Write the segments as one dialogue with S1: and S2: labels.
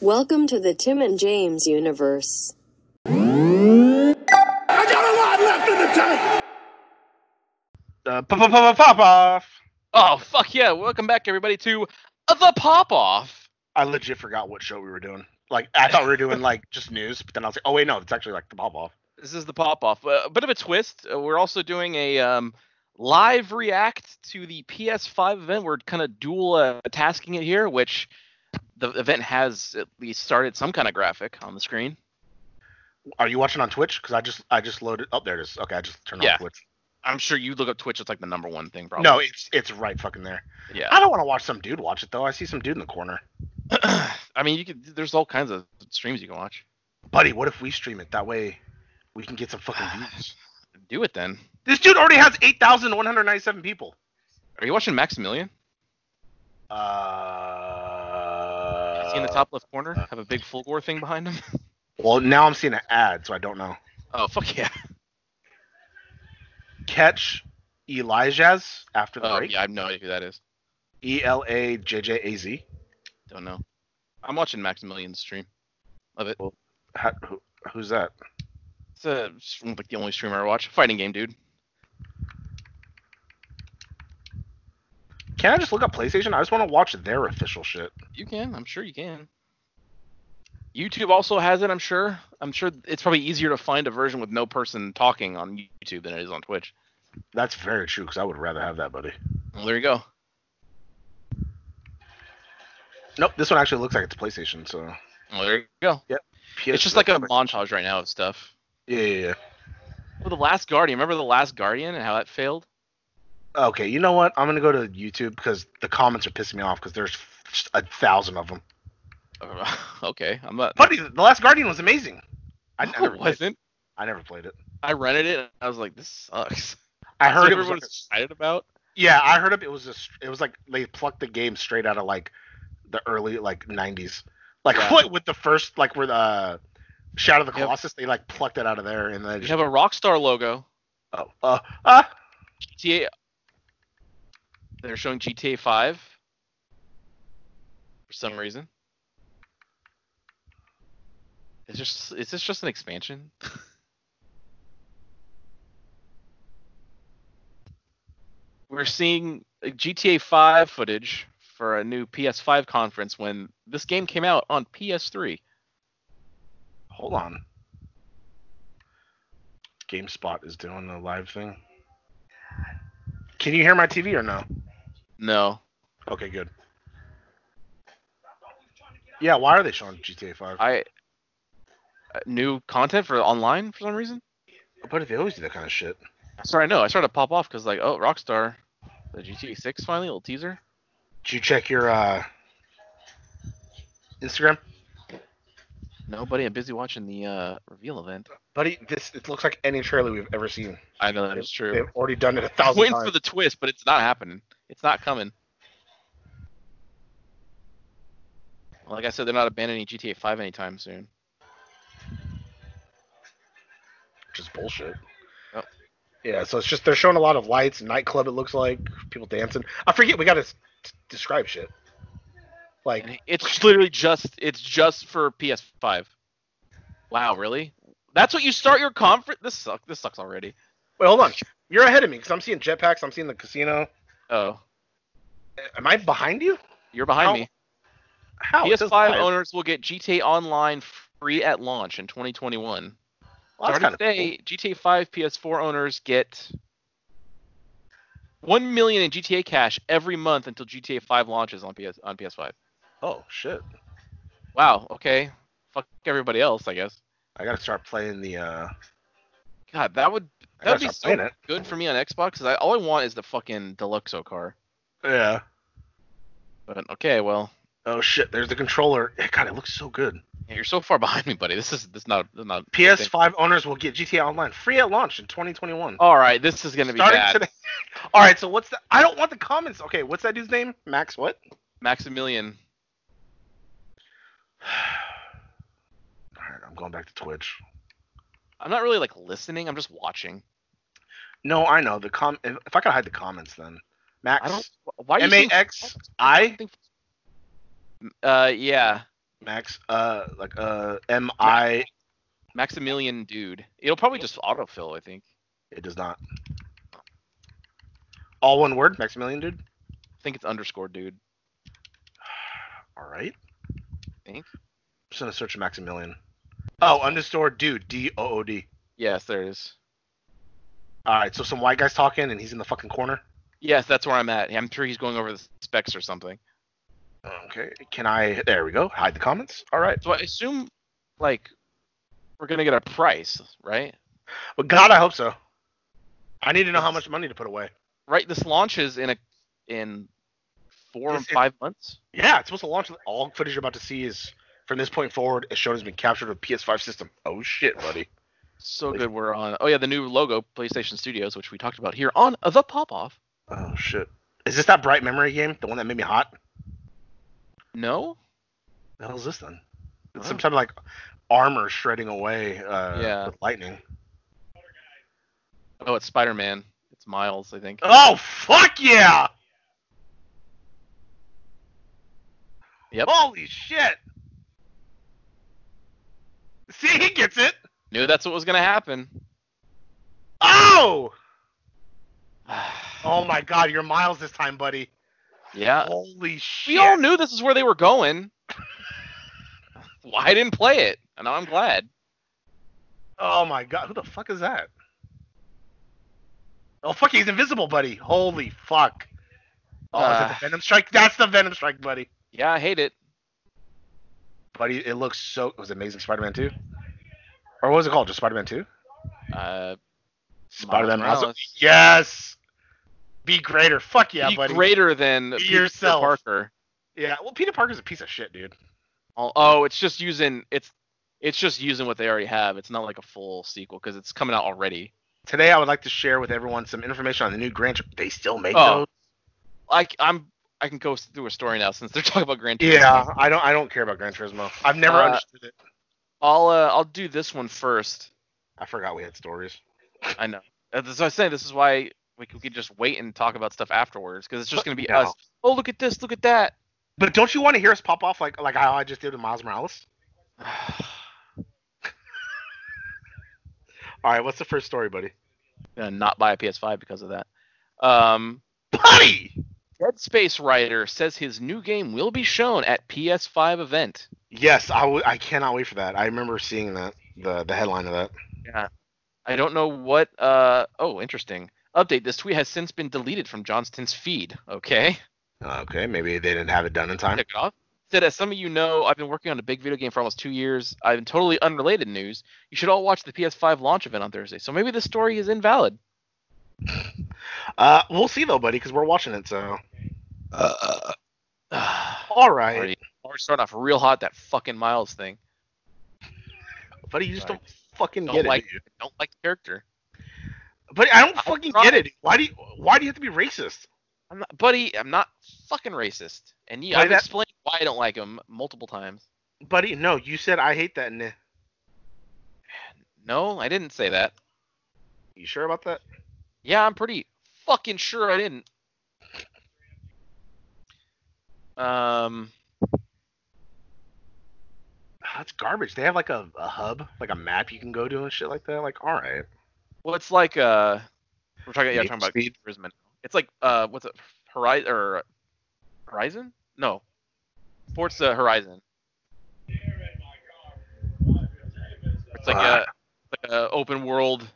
S1: Welcome to the Tim and James universe.
S2: I got a lot left in the tank.
S3: Uh, pop, pop, pop, pop off.
S4: Oh fuck yeah! Welcome back everybody to the pop off.
S3: I legit forgot what show we were doing. Like I thought we were doing like just news, but then I was like, oh wait, no, it's actually like the pop off.
S4: This is the pop off. Uh, a bit of a twist. Uh, we're also doing a um, live react to the PS5 event. We're kind of dual uh, tasking it here, which the event has at least started some kind of graphic on the screen.
S3: Are you watching on Twitch? Because I just I just loaded. Oh, there it is. Okay, I just turned
S4: Yeah.
S3: on Twitch.
S4: I'm sure you look up Twitch. It's like the number one thing, probably.
S3: No, it's it's right fucking there.
S4: yeah.
S3: I don't want to watch some dude watch it though. I see some dude in the corner.
S4: I mean, you could. There's all kinds of streams you can watch.
S3: Buddy, what if we stream it? That way we can get some fucking views.
S4: Do it then.
S3: this dude already has eight thousand one hundred ninety-seven people.
S4: Are you watching Maximilian?
S3: Uh.
S4: Is he in the top left corner? Have a big Fulgore thing behind him?
S3: Well, now I'm seeing an ad, so I don't know.
S4: Oh fuck yeah!
S3: Catch Elijah's after the
S4: Oh
S3: break.
S4: yeah, I have no idea who that is.
S3: E L A J J A Z.
S4: Don't know. I'm watching Maximilian's stream of it.
S3: How, who, who's that?
S4: It's, uh, it's like the only streamer I watch. Fighting game, dude.
S3: Can I just look up PlayStation? I just want to watch their official shit.
S4: You can. I'm sure you can. YouTube also has it. I'm sure. I'm sure it's probably easier to find a version with no person talking on YouTube than it is on Twitch.
S3: That's very true because I would rather have that, buddy.
S4: Well, there you go.
S3: Nope, this one actually looks like it's PlayStation. So
S4: Well, there you go.
S3: PS
S4: It's just like a montage right now of stuff.
S3: yeah, yeah, yeah.
S4: Well, the Last Guardian. Remember the Last Guardian and how that failed?
S3: Okay, you know what? I'm gonna go to YouTube because the comments are pissing me off because there's a thousand of them.
S4: Uh, okay, I'm not.
S3: Buddy, The Last Guardian was amazing. I, I never
S4: it
S3: played it.
S4: wasn't.
S3: I never played it.
S4: I rented it and I was like, this sucks.
S3: I heard it was.
S4: everyone
S3: like a-
S4: was excited about.
S3: yeah, I heard it. It was just. It was like they plucked the game straight out of like the early like 90s. Like
S4: Yeah.
S3: what with the first like where the uh, Shadow of the
S4: Yep.
S3: Colossus they like plucked it out of there and then
S4: You
S3: just
S4: have a Rockstar logo.
S3: Oh, uh, uh,
S4: GTA. They're showing GTA 5 for some reason. Is just is this just an expansion? We're seeing uh, GTA 5 footage for a new PS5 conference when this game came out on PS3.
S3: hold on. GameSpot is doing a live thing. Can you hear my TV or no?
S4: No,
S3: Okay, good. Yeah, why are they showing GTA 5?
S4: I uh, new content for online for some reason.
S3: But if they always do that kind of shit.
S4: Sorry, I know. I started to pop off because like, oh, Rockstar, the GTA 6 finally, a little teaser.
S3: Did you check your uh Instagram?
S4: Nobody, I'm busy watching the uh, reveal event.
S3: Buddy, this it looks like any trailer we've ever seen.
S4: I know that is
S3: They've
S4: true.
S3: already done it a
S4: I'm
S3: thousand
S4: waiting
S3: times.
S4: for the twist, but it's not happening. It's not coming. Like I said, they're not abandoning GTA 5 anytime soon.
S3: which is bullshit.
S4: Yep.
S3: Yeah, so it's just they're showing a lot of lights, nightclub. It looks like people dancing. I forget we got to describe shit. Like
S4: And it's literally just it's just for PS5. Wow, really? That's what you start your conference? This sucks. This sucks already.
S3: Wait, hold on. You're ahead of me because I'm seeing jetpacks. I'm seeing the casino.
S4: Oh,
S3: Am I behind you?
S4: you're behind
S3: How-
S4: me.
S3: How? It says
S4: PS5
S3: live.
S4: owners will get GTA Online free at launch in 2021.
S3: Well, that's kinda
S4: Starting today, GTA 5 PS4 owners get 1 million in GTA cash every month until GTA 5 launches on PS on PS5.
S3: cool. Oh shit!
S4: Wow. Okay. Fuck everybody else, I guess.
S3: I gotta start playing the. uh
S4: God, that would
S3: I
S4: that
S3: gotta
S4: would be
S3: start
S4: so
S3: playing it.
S4: good for me on Xbox. 'cause I, all I want is the fucking Deluxo car.
S3: Yeah.
S4: But okay, well,
S3: Oh shit! There's the controller. God, it looks so good.
S4: you're so far behind me, buddy. This is this is not this is not. a good thing.
S3: PS5 owners will get GTA Online free at launch in 2021.
S4: All right, this is gonna be
S3: Starting
S4: bad.
S3: today. All right, so what's the? I don't want the comments. Okay, what's that dude's name? Max what?
S4: Maximilian.
S3: All right, I'm going back to Twitch.
S4: I'm not really like listening. I'm just watching.
S3: No, I know the com. If, if I could hide the comments, then Max
S4: I don't. Why are you
S3: M A X
S4: saying-
S3: I.
S4: Uh, yeah.
S3: Max, uh, like uh, M I.
S4: Maximilian dude. It'll probably just autofill, I think.
S3: It does not. All one word, Maximilian, dude.
S4: I think it's underscore dude.
S3: All right.
S4: Think?
S3: I'm just gonna search Maximilian. Oh, underscore dude, D O O D.
S4: Yes, there it is.
S3: All right, so some white guy's talking, and he's in the fucking corner.
S4: Yes, that's where I'm at. I'm sure he's going over the specs or something.
S3: Okay, can I? There we go. Hide the comments. All right.
S4: So I assume, like, we're gonna get a price, right?
S3: Well, God, I hope so. I need to know how much money to put away.
S4: Right. This launches in a in four or
S3: It's- it-
S4: five months.
S3: Yeah, it's supposed to launch. All footage you're about to see is from this point forward is shown has been captured with PS5 system. Oh shit, buddy.
S4: So good. We're on. Oh yeah, the new logo, PlayStation Studios, which we talked about here on uh, the pop off.
S3: Oh shit. Is this that bright memory game? The one that made me hot?
S4: No.
S3: The hell is this then? It's
S4: Oh.
S3: some type of like armor shredding away uh,
S4: Yeah.
S3: with lightning.
S4: Oh, it's Spider Man. It's Miles, I think.
S3: Oh fuck yeah!
S4: Yep.
S3: Holy shit! See, he gets it.
S4: Knew that's what was gonna happen.
S3: Oh! Oh my god, you're Miles this time, buddy.
S4: Yeah.
S3: Holy shit!
S4: Uh, We all knew this is where they were going. Why I didn't play it? And I'm glad.
S3: Oh my god, who the fuck is that? Oh fuck, he's invisible, buddy. Holy fuck. Oh, is that
S4: Ah.
S3: the Venom Strike? That's the Venom Strike, buddy.
S4: Yeah, I hate it.
S3: Buddy, it looks so. Was it Amazing Spider-Man 2? Or what was it called? Just Spider-Man 2?
S4: Uh,
S3: Spider-Man
S4: Miles
S3: Miles.
S4: Morales.
S3: Yes. Be greater. Fuck yeah,
S4: be
S3: buddy.
S4: greater than
S3: Be
S4: Peter
S3: yourself.
S4: Parker.
S3: Yeah. Well, Peter Parker's a piece of shit, dude.
S4: Oh, oh, it's just using it's it's just using what they already have. It's not like a full sequel because it's coming out already.
S3: Today, I would like to share with everyone some information on the new Grand. Tur- They still make
S4: Oh,
S3: those.
S4: Like I'm I can go through a story now since they're talking about Grand Turismo.
S3: Yeah, I don't. I don't care about Gran Turismo. I've never
S4: Uh,
S3: understood it.
S4: I'll uh, I'll do this one first.
S3: I forgot we had stories.
S4: I know. As I was saying, this is why we could we could just wait and talk about stuff afterwards because it's just gonna be
S3: No.
S4: us. Oh, look at this, look at that.
S3: But don't you want to hear us pop off like like how I just did with Miles Morales? All right, what's the first story, buddy?
S4: Gonna not buy a PS5 because of that. Um,
S3: Buddy!
S4: Dead Space writer says his new game will be shown at PS5 event.
S3: Yes, I, w- I cannot wait for that. I remember seeing that the the headline of that.
S4: I don't know what. Uh, oh, interesting. Update: This tweet has since been deleted from Johnston's feed. Okay,
S3: Okay, maybe they didn't have it done in time.
S4: took it off. Said, as some of you know, I've been working on a big video game for almost two years. I've been totally unrelated news. You should all watch the PS5 launch event on Thursday. So maybe this story is invalid.
S3: Uh, we'll see though, buddy, because we're watching it. So, all right,
S4: Already, already starting off real hot that fucking Miles thing.
S3: buddy, you just
S4: Right.
S3: don't fucking
S4: Don't
S3: get
S4: like-
S3: it. dude.
S4: I don't like the character.
S3: Buddy, I don't
S4: I'll
S3: fucking
S4: try.
S3: get it. Why do you Why do you have to be racist?
S4: I'm not, buddy. I'm not fucking racist. And yeah,
S3: Play
S4: I've
S3: that-
S4: explained why I don't like him multiple times.
S3: Buddy, no, you said I hate that. Nah.
S4: No, I didn't say that.
S3: You sure about that?
S4: Yeah, I'm pretty fucking sure I didn't. Um,
S3: Ah, That's garbage. They have like a, a hub, like a map you can go to and shit like that. Like, all right.
S4: well, it's like uh, we're talking yeah,
S3: Need
S4: talking about
S3: Speed?
S4: Turismo. It's like uh, what's it, Horizon or Horizon? No, Forza Horizon. It's like a
S3: Ah.
S4: it's like a open world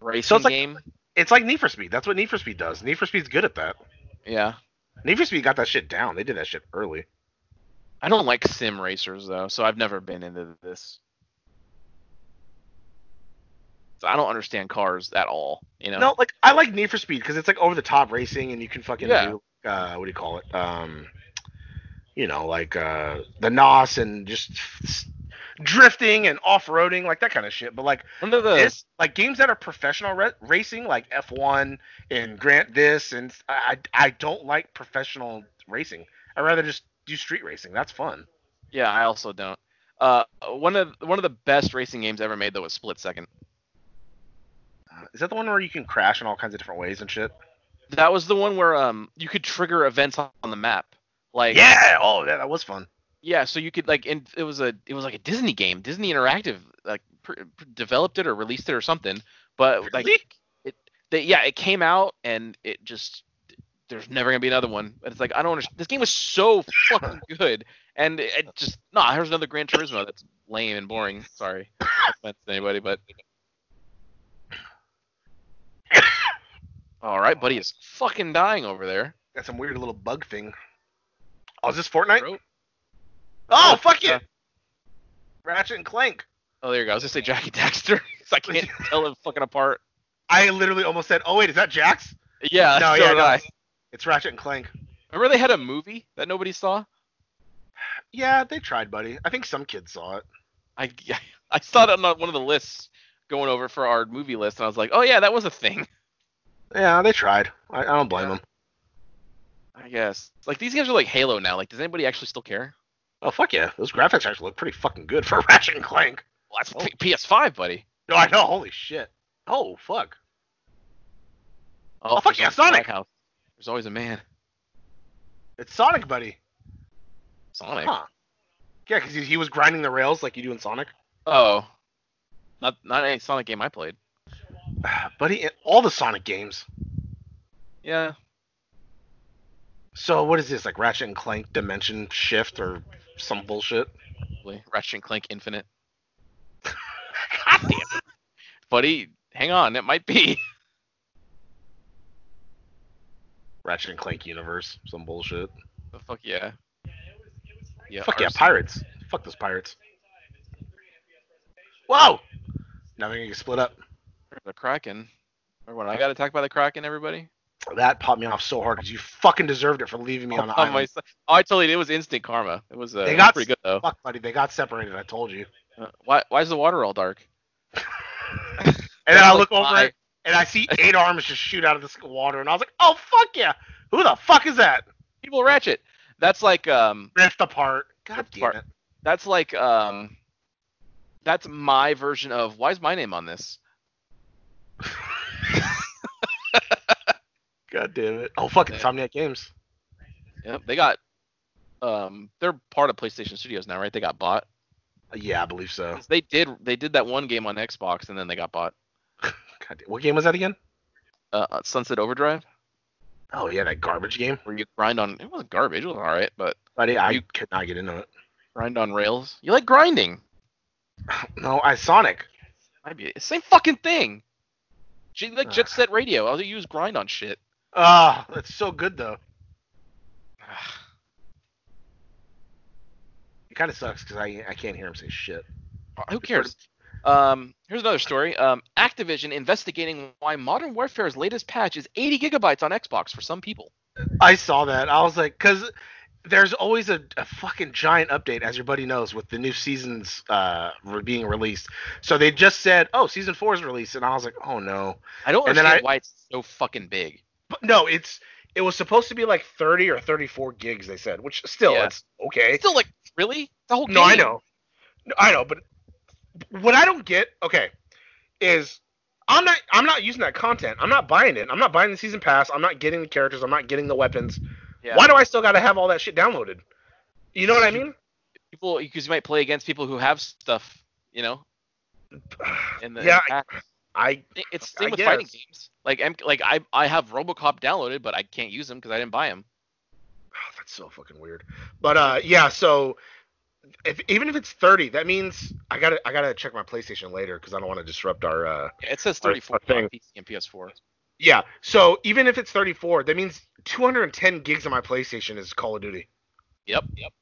S4: racing
S3: like-
S4: game.
S3: It's like Need for Speed. That's what Need for Speed does. Need for Speed's good at that.
S4: Yeah,
S3: Need for Speed got that shit down. They did that shit early.
S4: I don't like sim racers though, so I've never been into this. So I don't understand cars at all. You know.
S3: No, like I like Need for Speed because it's like over the top racing and you can fucking
S4: Yeah.
S3: do uh, what do you call it? Um, you know, like uh, the nos and just s- drifting and off roading, like that kind of shit. But like
S4: Under the
S3: this, like games that are professional ra- racing, like F1 and Grant this, and I I don't like professional racing. I'd rather just do street racing. That's fun.
S4: yeah, I also don't. Uh, one of one of the best racing games ever made though was Split Second.
S3: Is that the one where you can crash in all kinds of different ways and shit?
S4: That was the one where um you could trigger events on the map. Like
S3: yeah. Oh, yeah, that was fun.
S4: yeah, so you could like, and it was a it was like a Disney game, Disney Interactive, like pr- pr- developed it or released it or something. But like,
S3: Really?
S4: it, they, yeah, it came out and it just there's never gonna be another one. And it's like I don't understand. This game was so fucking good, and it, it just no, nah, here's another Gran Turismo that's lame and boring. Sorry, no offense to anybody, but. All right, buddy is fucking dying over there.
S3: Got some weird little bug thing. Oh, is this Fortnite?
S4: Bro.
S3: Oh,
S4: Uh,
S3: fuck it!
S4: uh,
S3: Ratchet and Clank.
S4: Oh, there you go. I was gonna say Jackie Daxter. 'cause I can't tell them fucking apart.
S3: I literally almost said, "Oh wait, is that Jax?"
S4: Yeah,
S3: no,
S4: so
S3: yeah,
S4: did
S3: no,
S4: I.
S3: it's- It's Ratchet and Clank.
S4: Remember they had a movie that nobody saw?
S3: Yeah, they tried, buddy. I think some kids saw it.
S4: I I saw it on uh, one of the lists going over for our movie list, and I was like, oh yeah, that was a thing.
S3: Yeah, they tried. I, I don't blame them.
S4: I guess. Like these games are like Halo now. Like, does anybody actually still care?
S3: Oh fuck yeah, those graphics actually look pretty fucking good for Ratchet and Clank.
S4: Well,
S3: Oh.
S4: that's P- PS5, buddy.
S3: No, I know. Holy shit. Oh fuck. Oh, fuck
S4: there's
S3: yeah,
S4: always a
S3: Sonic!
S4: lighthouse. There's always a man.
S3: It's Sonic, buddy.
S4: Sonic.
S3: Huh. Yeah, because he, he was grinding the rails like you do in Sonic.
S4: Oh. Not not any Sonic game I played.
S3: buddy, in all the Sonic games.
S4: Yeah.
S3: So what is this like Ratchet and Clank Dimension Shift or some bullshit?
S4: Probably. Ratchet and Clank Infinite.
S3: God damn it.
S4: Buddy, hang on, it might be.
S3: Ratchet and Clank Universe, some bullshit.
S4: the Oh, fuck yeah. Yeah.
S3: Fuck yeah,
S4: Arse.
S3: pirates. Fuck those pirates. Whoa! Now they're gonna get split up.
S4: The Kraken. Or when I got attacked by the Kraken, everybody.
S3: That popped me off so hard because you fucking deserved it for leaving me on an
S4: On
S3: island.
S4: my si- oh, I totally. It was instant karma. It was. Uh,
S3: They
S4: it was
S3: got
S4: pretty good though.
S3: Fuck, buddy, they got separated. I told you.
S4: Uh, why? Why is the water all dark?
S3: And then
S4: That's
S3: I
S4: like
S3: look over
S4: my-
S3: it and I see eight arms just shoot out of this water, and I was like, "Oh fuck yeah! Who the fuck is that?"
S4: People ratchet. That's like um.
S3: Ripped apart. God
S4: Ripped
S3: damn
S4: apart.
S3: it.
S4: That's like um. That's my version of why is my name on this?
S3: God damn it. Oh fuck, Insomniac Games.
S4: Yep. They got um. They're part of PlayStation Studios now, right? They got bought.
S3: Uh, Yeah, I believe so.
S4: 'Cause They did. They did that one game on Xbox, and then they got bought.
S3: God damn. What game was that again?
S4: Uh, uh, Sunset Overdrive,
S3: Oh yeah, that garbage game.
S4: where you grind on. It wasn't garbage. It was all right, but
S3: Buddy, I
S4: You-
S3: could not get into it.
S4: grind on rails. You like grinding.
S3: No, I Sonic.
S4: Might be same fucking thing. J- like Jet
S3: Ugh.
S4: Set Radio. I'll use grind on shit.
S3: Ah, that's so good though. It kind of sucks because I I can't hear him say shit.
S4: Who cares? Um, here's another story. Um, Activision investigating why Modern Warfare's latest patch is 80 gigabytes on Xbox for some people.
S3: I saw that. I was like, because there's always a, a fucking giant update, as your buddy knows, with the new seasons uh re- being released. So they just said, oh, season four is released, and I was like, oh no.
S4: I don't
S3: And then I-
S4: understand why it's so fucking big.
S3: But no, it's it was supposed to be like 30 or 34 gigs. They said, which still
S4: Yeah.
S3: it's okay.
S4: It's still like really the whole
S3: No, I
S4: game?
S3: know. No, I know, but what I don't get, okay, is I'm not I'm not using that content. I'm not buying it. I'm not buying the season pass. I'm not getting the characters. I'm not getting the weapons.
S4: Yeah.
S3: Why do I still got to have all that shit downloaded? You know what I mean?
S4: people because you might play against people who have stuff, you know. In the, in
S3: Yeah,
S4: the pack.
S3: I
S4: It- it's
S3: I
S4: the same with fighting
S3: guess.
S4: games. Like I'm like I I have RoboCop downloaded, but I can't use them because I didn't buy them.
S3: oh, that's so fucking weird. But uh yeah, so if even if it's 30, that means I got to I got to check my PlayStation later cuz I don't want to disrupt our uh
S4: Yeah, it says
S3: Or- or
S4: 34
S3: thing.
S4: on PC and PS4.
S3: Yeah. So even if it's 34, that means 210 gigs on my PlayStation is Call of Duty.
S4: Yep. Yep.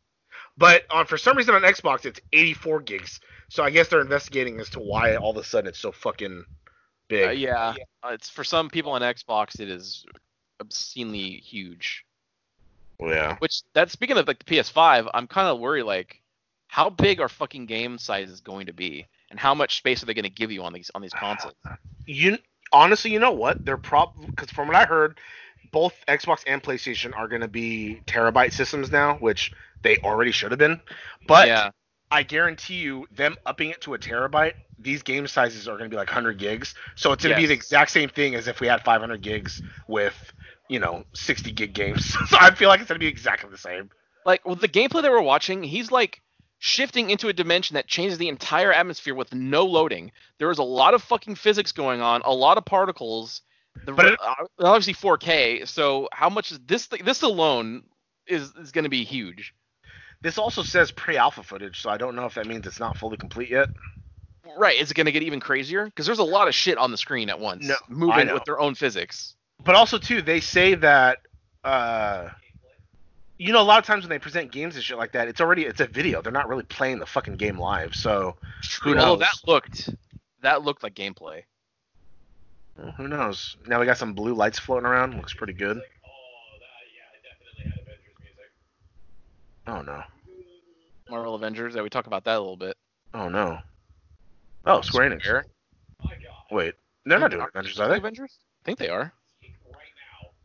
S3: But on for some reason on Xbox it's 84 gigs. So I guess they're investigating as to why all of a sudden it's so fucking big.
S4: Uh, yeah. Uh, it's for some people on Xbox. It is obscenely huge.
S3: Yeah.
S4: Which that speaking of like the PS5, I'm kind of worried like how big are fucking game sizes going to be, and how much space are they going to give you on these on these consoles?
S3: You honestly, you know what? They're prob because from what I heard, both Xbox and PlayStation are going to be terabyte systems now, which they already should have been. But
S4: yeah.
S3: I guarantee you, them upping it to a terabyte, these game sizes are going to be like 100 gigs. So it's going to be
S4: Yes.
S3: the exact same thing as if we had 500 gigs with, you know, 60 gig games. so I feel like it's going to be exactly the same.
S4: Like with the gameplay that we're watching, he's like shifting into a dimension that changes the entire atmosphere with no loading. There is a lot of fucking physics going on, a lot of particles. The,
S3: But it-
S4: uh, obviously 4K, so how much is this? Thing, this alone is is going to be huge,
S3: This also says pre-alpha footage, so I don't know if that means it's not fully complete yet.
S4: right? Is it going to get even crazier? Because there's a lot of shit on the screen at once,
S3: No, I
S4: moving
S3: know.
S4: with their own physics.
S3: But also too, they say that uh you know a lot of times when they present games and shit like that, it's already it's a video. They're not really playing the fucking game live. So Who
S4: Although
S3: knows?
S4: that looked that looked like gameplay.
S3: who knows? Now we got some blue lights floating around. Looks pretty good. Oh no.
S4: Marvel Avengers. Yeah, we talk about that a little bit.
S3: Oh no. Oh, Square Enix.
S4: Square.
S3: Wait, they're not doing Avengers, are they?
S4: Avengers? I think they are.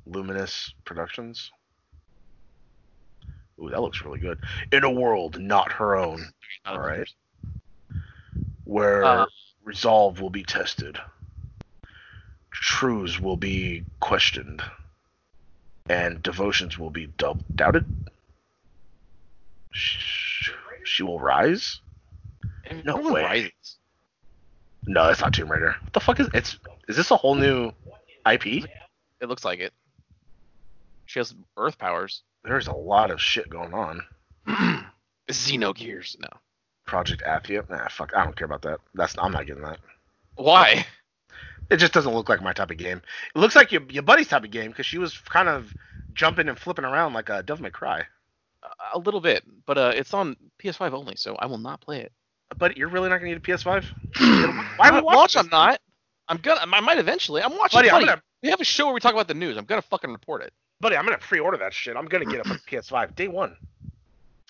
S3: Luminous Productions. Ooh, that looks really good. In a world not her own,
S4: Not
S3: All right.
S4: Avengers.
S3: where
S4: Uh,
S3: resolve will be tested, truths will be questioned, and devotions will be dub- doubted. Sh- She will rise. No
S4: Everyone
S3: way.
S4: rises.
S3: No, that's not Tomb Raider. What the fuck is it's? Is this a whole new IP?
S4: It looks like it. She has Earth powers.
S3: There's a lot of shit going on.
S4: Xenogears. No.
S3: Project Athia. Nah, fuck. I don't care about that. That's I'm not getting that.
S4: Why?
S3: It just doesn't look like my type of game. It looks like your your buddy's type of game because she was kind of jumping and flipping around like a Dove May Cry.
S4: A- A little bit, but uh, it's on PS5 only, so I will not play it.
S3: But you're really not gonna need a PS5,
S4: Why
S3: are we watching
S4: Launch,
S3: this
S4: I'm not. I'm gonna. I might eventually. I'm watching.
S3: buddy. I'm
S4: Fight.
S3: gonna,
S4: We have a show where we talk about the news. I'm gonna fucking report it.
S3: buddy. I'm gonna pre-order that shit. I'm gonna get a fucking PS5 day one.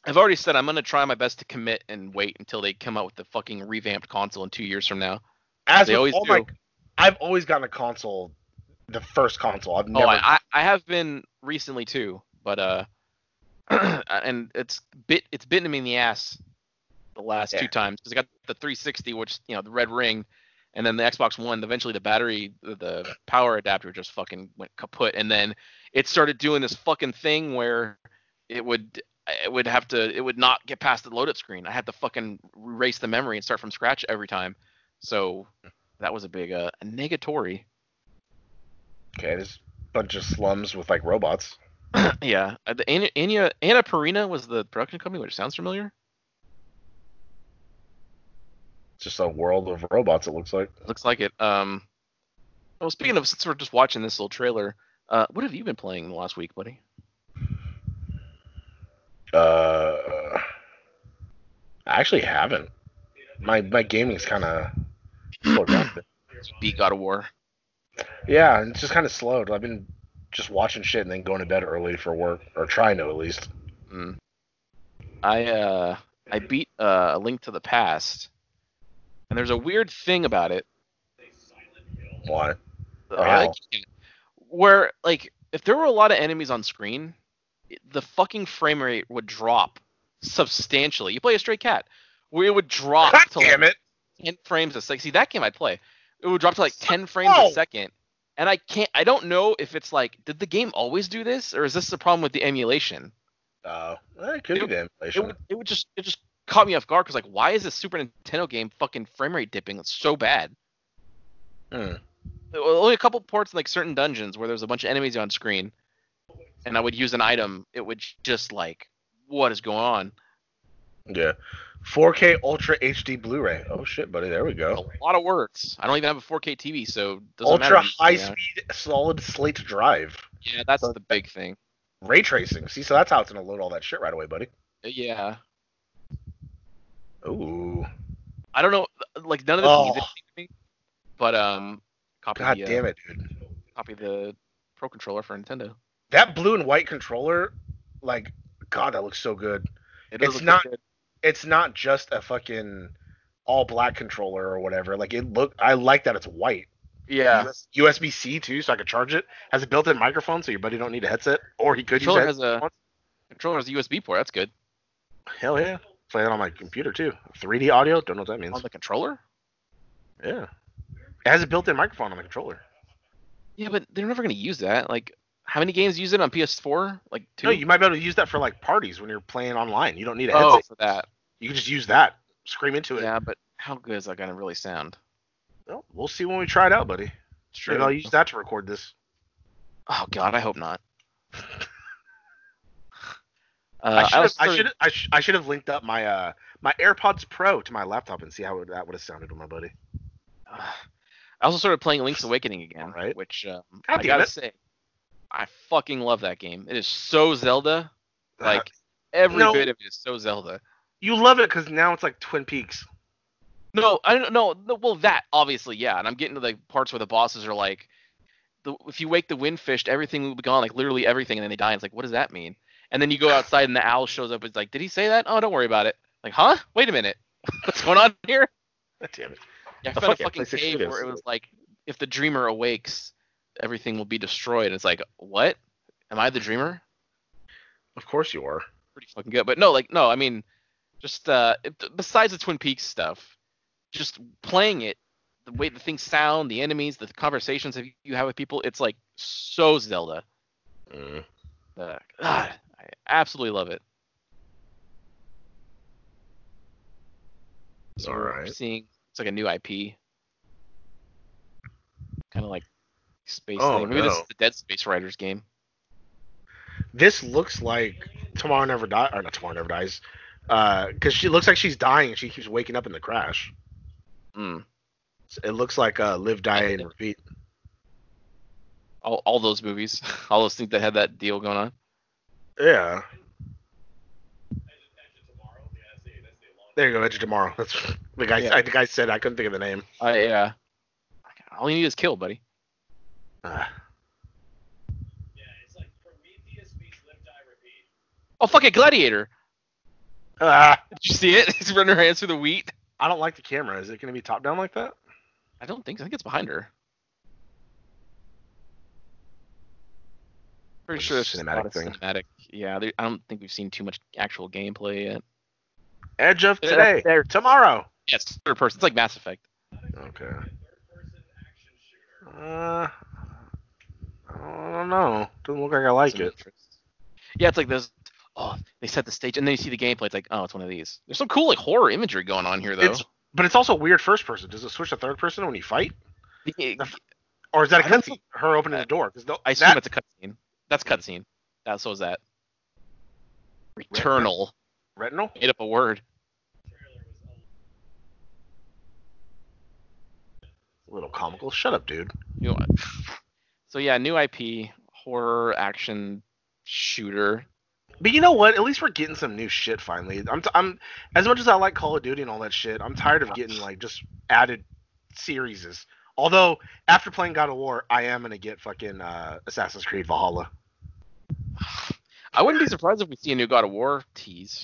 S4: I've already said I'm gonna try my best to commit and wait until they come out with the fucking revamped console in two years from now.
S3: As
S4: They
S3: with
S4: always
S3: all
S4: do.
S3: my- I've always gotten a console, the first console. I've never.
S4: Oh, I, I, I have been recently too, but uh, and it's bit it's bitten me in the ass the last
S3: Yeah.
S4: two times because I got the 360, which you know the red ring, and then the Xbox One. Eventually, the battery, the- the power adapter just fucking went kaput, and then it started doing this fucking thing where it would it would have to it would not get past the load up screen. I had to fucking erase the memory and start from scratch every time. So that was a big uh negatory.
S3: okay, there's a bunch of slums with like robots.
S4: yeah, uh, the Anna, Anna, Anna Perina was the production company, which sounds familiar.
S3: It's just a world of robots. It looks like.
S4: Looks like it. Um, well, speaking of, since we're just watching this little trailer, uh, what have you been playing the last week, buddy?
S3: Uh, I actually haven't. My my gaming's kind of slowed down. a bit.
S4: Beat God of War.
S3: Yeah, it's just kind of slowed. I've been just watching shit and then going to bed early for work or trying to at least.
S4: Mm. I uh, I beat uh, A Link to the Past, and there's a weird thing about it.
S3: Why? Oh,
S4: uh, like, where like if there were a lot of enemies on screen, it- the fucking frame rate would drop substantially. You play a stray cat, where it would drop
S3: God
S4: to
S3: damn
S4: like
S3: it!
S4: 10 frames a second. See that game I play, it would drop to like 10 frames
S3: Oh.
S4: a second, and I can't. I don't know if it's like did the game always do this, or is this the problem with the emulation?
S3: Oh, well, it could be the
S4: It
S3: emulation.
S4: would it would just it just caught me off guard because like why is this Super Nintendo game fucking frame rate dipping so bad?
S3: Hmm.
S4: There were only a couple parts in like certain dungeons where there was a bunch of enemies on screen and i would use an item it would j- just like what is going on
S3: Yeah. 4K Ultra HD Blu-ray. Oh shit, buddy. There we
S4: a
S3: go.
S4: lot of words i don't even have a 4k tv so it doesn't
S3: Oh.
S4: matter
S3: Ultra
S4: to me,
S3: high
S4: you know?
S3: speed solid slate drive.
S4: yeah that's the big thing
S3: Ray tracing. See, so that's how it's gonna load all that shit right away, buddy.
S4: yeah
S3: Ooh.
S4: i don't know like none of this
S3: Oh.
S4: means anything to me but um copy
S3: God
S4: the, uh,
S3: damn it, dude.
S4: copy the pro controller for nintendo
S3: That blue and white controller, like, God, that looks so good.
S4: it does
S3: It's
S4: look
S3: not-
S4: good.
S3: It's not just a fucking all black controller or whatever. Like it look I like that it's white.
S4: yeah
S3: USB C too, so I could charge it. Has a built in microphone so your buddy don't need a headset. Or he could use
S4: controller
S3: it.
S4: has a controller has a usb port that's good
S3: Hell yeah. Play that on my computer too. 3D audio. Don't know what that means.
S4: on the controller
S3: Yeah. It has a built in microphone on the controller.
S4: yeah but they're never going to use that like how many games use it on PS4? Like two.
S3: No, you might be able to use that for like parties when you're playing online. You don't need a headset.
S4: oh for that.
S3: You can just use that. Scream into it.
S4: Yeah, but how good is that gonna really sound?
S3: Well, we'll see when we try it out, buddy.
S4: It's
S3: Maybe I'll use that to record this.
S4: Oh God, I hope not. Uh,
S3: I should have
S4: was
S3: I
S4: sort
S3: should
S4: of-
S3: I, sh- I should have linked up my uh my AirPods Pro to my laptop and see how that would have sounded with my buddy.
S4: I also started playing Link's Awakening again,
S3: Alright.
S4: which um,
S3: God
S4: I
S3: damn
S4: gotta
S3: it.
S4: say, I fucking love that game. It is so Zelda. Like every
S3: no.
S4: bit of it is so Zelda.
S3: you love it because now it's like Twin Peaks.
S4: No, I don't know. No, well, that obviously, yeah. And I'm getting to the parts where the bosses are like, the, if you wake the windfish, everything will be gone, like literally everything, and then they die. And it's like, what does that mean? And then you go outside, and the owl shows up. It's like, did he say that? Oh, don't worry about it. Like, huh? Wait a minute. What's going on here?
S3: God damn it.
S4: Yeah, I
S3: The
S4: found
S3: fuck yeah,
S4: a fucking
S3: PlayStation
S4: cave
S3: is.
S4: where it was like, if the dreamer awakes, everything will be destroyed. It's like, what? Am I the dreamer?
S3: Of course you are.
S4: Pretty fucking good. But no, like, no, I mean, just uh, it- besides the Twin Peaks stuff, just playing it, the way the things sound, the enemies, the conversations that you have with people, it's like so Zelda.
S3: Mm.
S4: Uh, God, I absolutely love it.
S3: It's
S4: So we're
S3: alright.
S4: Seeing it's like a new IP, kind of like space.
S3: Oh,
S4: thing. Maybe this
S3: no.
S4: is the Dead Space writers game.
S3: This looks like Tomorrow Never Dies, or not Tomorrow Never Dies, because she looks like she's dying and she keeps waking up in the crash. Hmm.
S4: Mm.
S3: It looks like uh, Live, Die, and Repeat.
S4: All, all those movies, all those things that had that deal going on.
S3: Yeah. There you go, Edge of Tomorrow. That's the guy.
S4: Yeah.
S3: I think I said I couldn't think of the name.
S4: I Uh, yeah. all you need is kill, buddy.
S3: Uh,
S4: Ah. Oh fuck it, Gladiator!
S3: ah,
S4: Did you see it? He's running her hands through the wheat.
S3: I don't like the camera. Is it going to be top down like that?
S4: I don't think. I think it's behind her. Pretty
S3: Like a
S4: sure it's just a
S3: cinematic
S4: lot of
S3: thing.
S4: Cinematic. Yeah, there, I don't think we've seen too much actual gameplay yet.
S3: Edge of
S4: Yeah,
S3: today,
S4: there.
S3: tomorrow.
S4: Yeah, it's third person. It's like Mass Effect.
S3: Okay. Uh, I don't know. Doesn't look like I like
S4: Some
S3: it.
S4: interest. Yeah, it's like this. Oh, they set the stage, and then you see the gameplay. It's like, oh, it's one of these. There's some cool like horror imagery going on here, though.
S3: It's, but it's also weird first person. Does it switch to third person when you fight,
S4: Yeah,
S3: or is that a
S4: I don't
S3: cutscene? Her opening the door. 'Cause tho-
S4: I assume
S3: that,
S4: it's a cutscene. That's cutscene. That so is that. Returnal.
S3: retinal.
S4: Made up a word.
S3: A little comical. Shut up, dude.
S4: You know, so yeah, new IP horror action shooter.
S3: But you know what? At least we're getting some new shit finally. I'm, t- I'm as much as I like Call of Duty and all that shit. I'm tired of getting like just added series. Although after playing God of War, I am gonna get fucking uh, Assassin's Creed Valhalla.
S4: I wouldn't be surprised if we see a new God of War tease.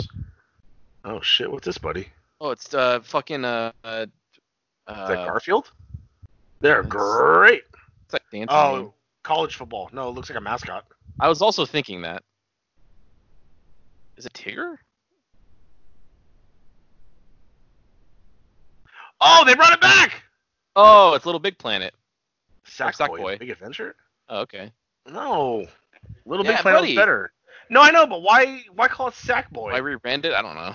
S3: Oh shit! What's this, buddy? Is
S4: Oh, it's uh fucking uh uh
S3: that
S4: uh,
S3: Garfield? They're
S4: that's-
S3: great.
S4: it's like dancing.
S3: Oh,
S4: game.
S3: college football. No, it looks like a mascot.
S4: I was also thinking that. Is it Tigger?
S3: Oh, they brought it back.
S4: Oh, it's Little Big Planet.
S3: Sackboy,
S4: Sackboy.
S3: Big Adventure.
S4: Oh, okay.
S3: No, Little
S4: Yeah,
S3: Big Planet
S4: buddy.
S3: was better. No, I know, but why? Why call it Sackboy?
S4: Why rebrand it? I don't know.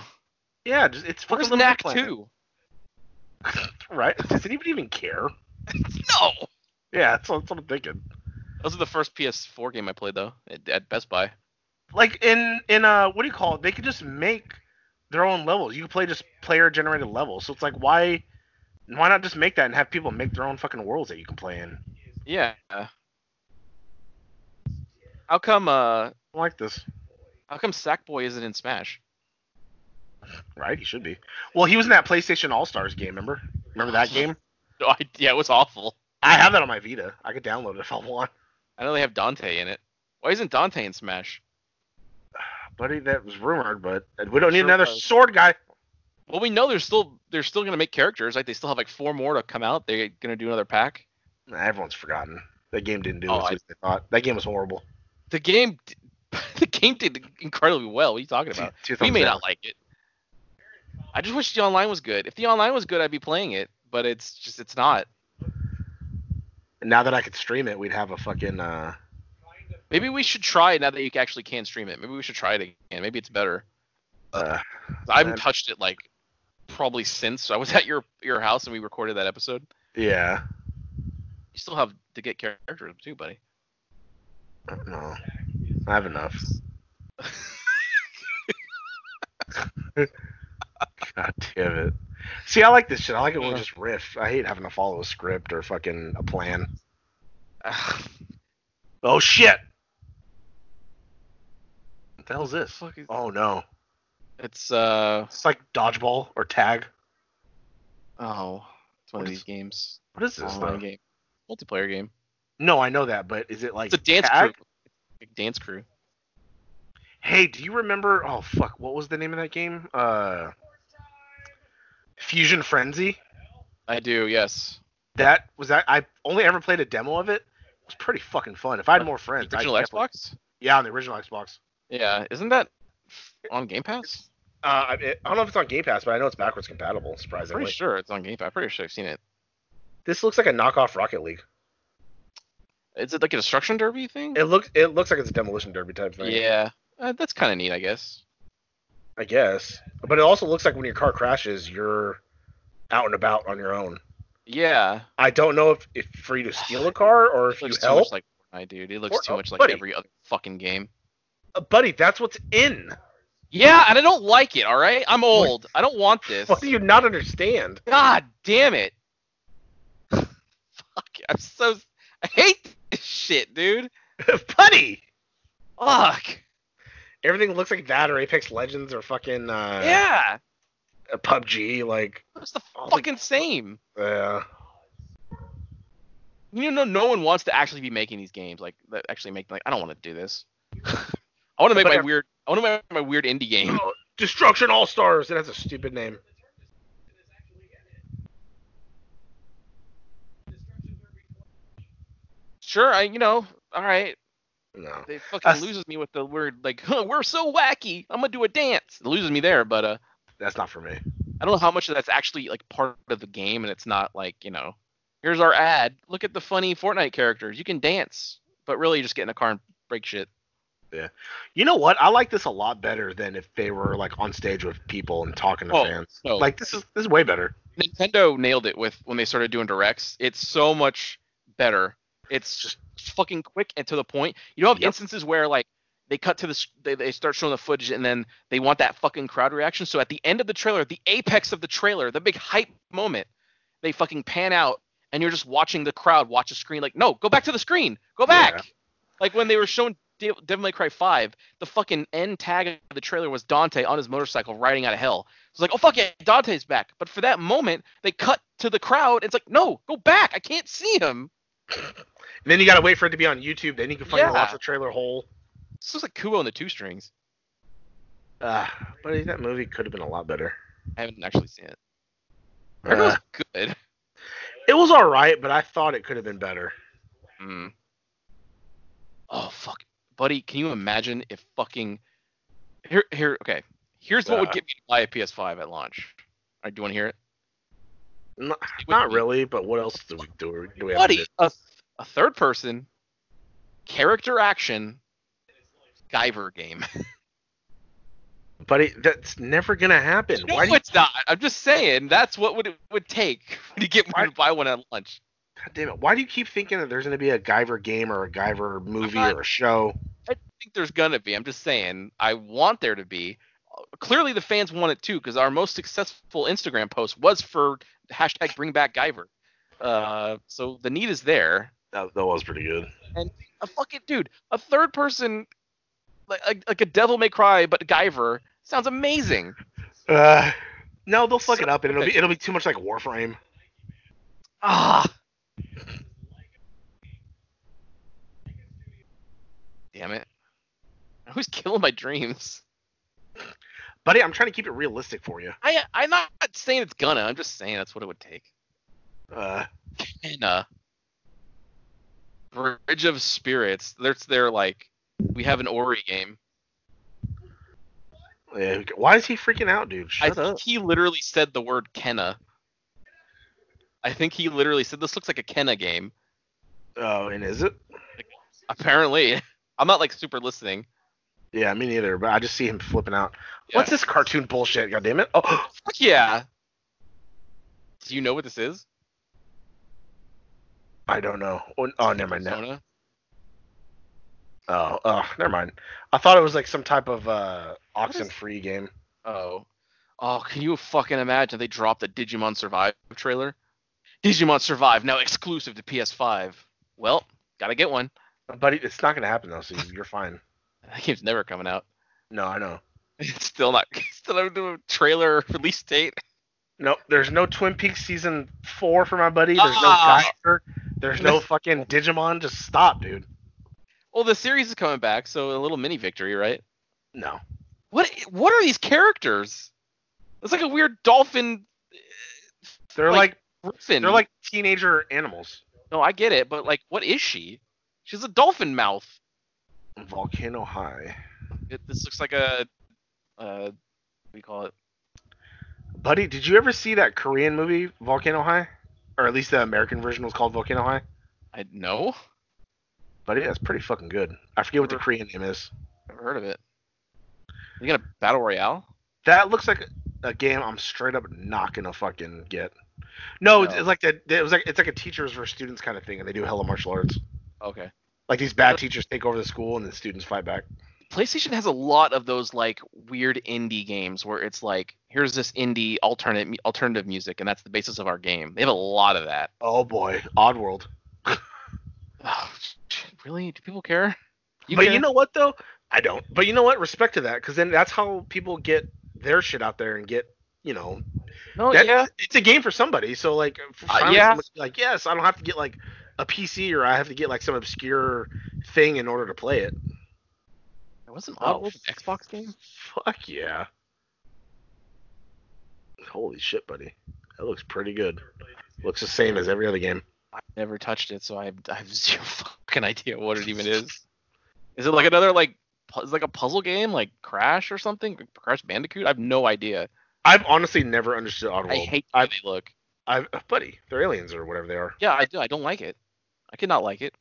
S3: yeah, just, it's fucking
S4: Where's
S3: Little
S4: Knack
S3: Big Planet.
S4: 2?
S3: Right? Does anybody even care?
S4: No.
S3: Yeah, that's, what- that's what I'm thinking.
S4: Those are the first PS4 game I played though at, at Best Buy.
S3: Like in in uh, what do you call it? They could just make their own levels. You could play just player generated levels. So it's like why why not just make that and have people make their own fucking worlds that you can play in? I
S4: Yeah. How come uh
S3: don't like this.
S4: how come Sackboy isn't in Smash?
S3: Right? He should be. Well, he was in that PlayStation All Stars game. Remember? Remember that game?
S4: No, I, yeah, it was awful.
S3: I have that on my Vita. I could download it if I want.
S4: I know they have Dante in it. Why isn't Dante in Smash?
S3: Buddy, that was rumored, but uh, we don't need
S4: Sure
S3: another
S4: was.
S3: sword guy.
S4: Well, we know they're still they're still gonna make characters. Like they still have like four more to come out. They're gonna do another pack.
S3: Nah, everyone's forgotten. That game didn't do
S4: Oh,
S3: as
S4: I-
S3: good as they thought. That game was horrible.
S4: The game, d- the game did incredibly well. What are you talking
S3: Two,
S4: about?
S3: two thumbs
S4: We may
S3: down.
S4: not like it. I just wish the online was good. If the online was good, I'd be playing it. But it's just it's not.
S3: And now that I could stream it, we'd have a fucking uh,
S4: Maybe we should try it now that you actually can stream it. Maybe we should try it again. Maybe it's better.
S3: Uh,
S4: I haven't
S3: Man.
S4: touched it like probably since I was at your your house and we recorded that episode.
S3: yeah.
S4: You still have to get characters too, buddy.
S3: No. I have enough. God damn it. See, I like this shit. I like it when we just riff. I hate having to follow a script or fucking a plan. Oh shit. What the hell's this?
S4: Fuck is-
S3: Oh no.
S4: it's uh
S3: It's like dodgeball or tag.
S4: oh, it's one
S3: What
S4: of
S3: is-
S4: these games.
S3: What is this
S4: Online
S3: though?
S4: game. Multiplayer game.
S3: No, I know that, but is it like
S4: It's a dance
S3: tag?
S4: crew. Like Dance crew.
S3: Hey, do you remember? Oh fuck, what was the name of that game? Uh, Fusion Frenzy.
S4: I do, yes.
S3: That was that. I only ever played a demo of it. It was pretty fucking fun. If I had
S4: On
S3: more friends,
S4: Original
S3: I definitely-
S4: Xbox?
S3: Yeah, on the original Xbox.
S4: Yeah, isn't that on Game Pass?
S3: Uh, I, I don't know if it's on Game Pass, but I know it's backwards compatible. Surprisingly,
S4: Pretty sure it's on Game Pass. Pretty sure I've seen it.
S3: this looks like a knockoff Rocket League.
S4: Is it like a destruction derby thing?
S3: It looks it looks like it's a demolition derby type thing.
S4: Yeah, uh, that's kind of neat, I guess.
S3: I guess. But it also looks like when your car crashes, you're out and about on your own.
S4: Yeah,
S3: I don't know if, if for you to steal a car or if
S4: it
S3: you
S4: looks too
S3: help.
S4: much like Fortnite, dude. It looks
S3: Or-
S4: too
S3: oh,
S4: much like
S3: buddy.
S4: every other fucking game.
S3: Uh, buddy, that's what's in.
S4: Yeah, and I don't like it. All right, I'm old. I don't want this.
S3: What do you not understand?
S4: God damn it! Fuck, I'm so. I hate this shit, dude.
S3: buddy!
S4: Fuck.
S3: Everything looks like that or Apex Legends or fucking uh,
S4: yeah,
S3: uh, PUBG. Like,
S4: it's the
S3: I'll take-
S4: fucking same.
S3: uh,
S4: You know, no one wants to actually be making these games. Like, that actually make like I don't want to do this. I want to make
S3: But
S4: my
S3: I-
S4: weird. I want to make my weird indie game.
S3: oh, Destruction All Stars. It has a stupid name.
S4: Sure, I you know, all right.
S3: No.
S4: They fucking
S3: Us-
S4: loses me with the word like, huh, we're so wacky. I'm gonna do a dance. It loses me there, but uh,
S3: That's not for me.
S4: I don't know how much of that's actually like part of the game, and it's not like you know, here's our ad. Look at the funny Fortnite characters. You can dance, but really you just get in a car and break shit.
S3: You know what? I like this a lot better than if they were like on stage with people and talking to
S4: Oh,
S3: fans.
S4: no.
S3: Like this is this is way better.
S4: Nintendo nailed it with when they started doing directs. It's so much better. It's just fucking quick and to the point. You don't have
S3: Yep.
S4: instances where like they cut to the s- they, they start showing the footage and then they want that fucking crowd reaction. So at the end of the trailer, the apex of the trailer, the big hype moment, they fucking pan out and you're just watching the crowd watch a screen. Like no, go back to the screen. Go back.
S3: Yeah.
S4: Like when they were showing De- Devil May Cry 5, the fucking end tag of the trailer was Dante on his motorcycle riding out of hell. It's like, oh fuck yeah, Dante's back. But for that moment, they cut to the crowd. It's like, no, go back. I can't see him.
S3: And then you gotta wait for it to be on YouTube. Then you can fucking
S4: Yeah.
S3: watch the trailer whole.
S4: This is like Kubo and the Two Strings.
S3: Uh, buddy, that movie could have been a lot better.
S4: I haven't actually seen it. I heard
S3: Uh,
S4: it was good.
S3: it was all right, but I thought it could have been better.
S4: Hmm. Oh fuck, buddy, can you imagine if fucking here here okay. Here's what would
S3: Uh.
S4: get me to buy a PS5 at launch. All right, do you want to hear it?
S3: Not,
S4: It would
S3: not
S4: be-
S3: really, but what else do we do? we- do we have to
S4: Buddy,
S3: do?
S4: a, a third person character action Guyver game.
S3: Buddy, that's never gonna happen.
S4: no,
S3: Why do you,
S4: it's not. I'm just saying that's what would it would take to get me
S3: Why-
S4: to buy one at lunch.
S3: God damn it, why do you keep thinking that there's gonna be a Guyver game or a Guyver movie
S4: not-
S3: or a show?
S4: I don't think there's gonna be. I'm just saying I want there to be. Clearly the fans want it too because our most successful Instagram post was for hashtag Bring Back Guyver. Uh, so the need is there.
S3: That, that was pretty good.
S4: a fucking dude, a third person, like like, like a Devil May Cry but Guyver sounds amazing.
S3: Uh, no, they'll fuck it up, and it'll
S4: Okay.
S3: be it'll be too much like Warframe.
S4: Ah. Damn it. Who's killing my dreams?
S3: Buddy, I'm trying to keep it realistic for you.
S4: I I'm not saying it's gonna. I'm just saying that's what it would take.
S3: Uh,
S4: And uh, Bridge of Spirits. That's their like. We have an Ori game.
S3: yeah, why is he freaking out, dude?
S4: I
S3: Shut
S4: think
S3: up.
S4: he literally said the word Kenna. I think he literally said this looks like a Kenna game.
S3: Oh, and is it?
S4: Apparently, I'm not like super listening.
S3: Yeah, me neither. But I just see him flipping out.
S4: Yeah.
S3: What's this cartoon bullshit? God damn it! Oh,
S4: Fuck yeah. Do you know what this is?
S3: I don't know. Oh, oh never mind. No.
S4: Persona?
S3: Oh, oh, never mind. I thought it was like some type of uh, oxen free game.
S4: Oh. Oh, can you fucking imagine they dropped a Digimon Survive trailer? Digimon Survive now exclusive to PS5. Well, gotta get one.
S3: But it- it's not gonna happen though. So you're fine.
S4: That game's never coming out.
S3: No, I know.
S4: It's still not. Still not a trailer release date.
S3: No, there's no Twin Peaks season four for my buddy. There's
S4: Ah.
S3: no Geiger. There's no fucking Digimon. Just stop, dude.
S4: Well, the series is coming back, so a little mini victory, right?
S3: No.
S4: What? What are these characters? It's like a weird dolphin.
S3: They're
S4: Like,
S3: like,
S4: Griffin.
S3: they're like teenager animals.
S4: No, I get it, but like, what is she? She's a dolphin mouth.
S3: Volcano High.
S4: It, this looks like a. Uh, what do you call it?
S3: Buddy, did you ever see that Korean movie Volcano High? Or at least the American version was called Volcano High?
S4: I no.
S3: Buddy, that's pretty fucking good. I forget what the Korean name is.
S4: Never heard of it. You got a battle royale?
S3: That looks like a, a game I'm straight up not gonna fucking get. No, it's
S4: No.
S3: it's like that. It was like it's like a teachers versus students kind of thing, and they do hella martial arts.
S4: Okay.
S3: Like these
S4: Uh,
S3: bad teachers take over the school, and the students fight back.
S4: PlayStation has a lot of those like weird indie games where it's like, here's this indie alternate alternative music, and that's the basis of our game. They have a lot of that.
S3: Oh boy, Oddworld.
S4: Oh, shit, really? Do people care?
S3: but
S4: care?
S3: you know what though? I don't. But you know what? Respect to that, because then that's how people get their shit out there and get, you know,
S4: no,
S3: that-
S4: Oh, yeah,
S3: it's a game for somebody. So like, for
S4: Uh,
S3: finally
S4: yeah.
S3: somebody's like yes, I don't have to get like a PC or I have to get like some obscure thing in order to play it.
S4: it wasn't
S3: Oh,
S4: Oddworld an Xbox game.
S3: Fuck yeah! Holy shit, buddy, that looks pretty good. Looks the same as every other game.
S4: Never touched it, so I have, I have zero fucking idea what it even is. Is it like another like pu- is it like a puzzle game like Crash or something? Crash Bandicoot? I have no idea.
S3: I've honestly never understood Oddworld.
S4: I hate the way
S3: I've,
S4: they look.
S3: I've, uh, buddy, they're aliens or whatever they are.
S4: Yeah, I do. I don't like it. I could not like it.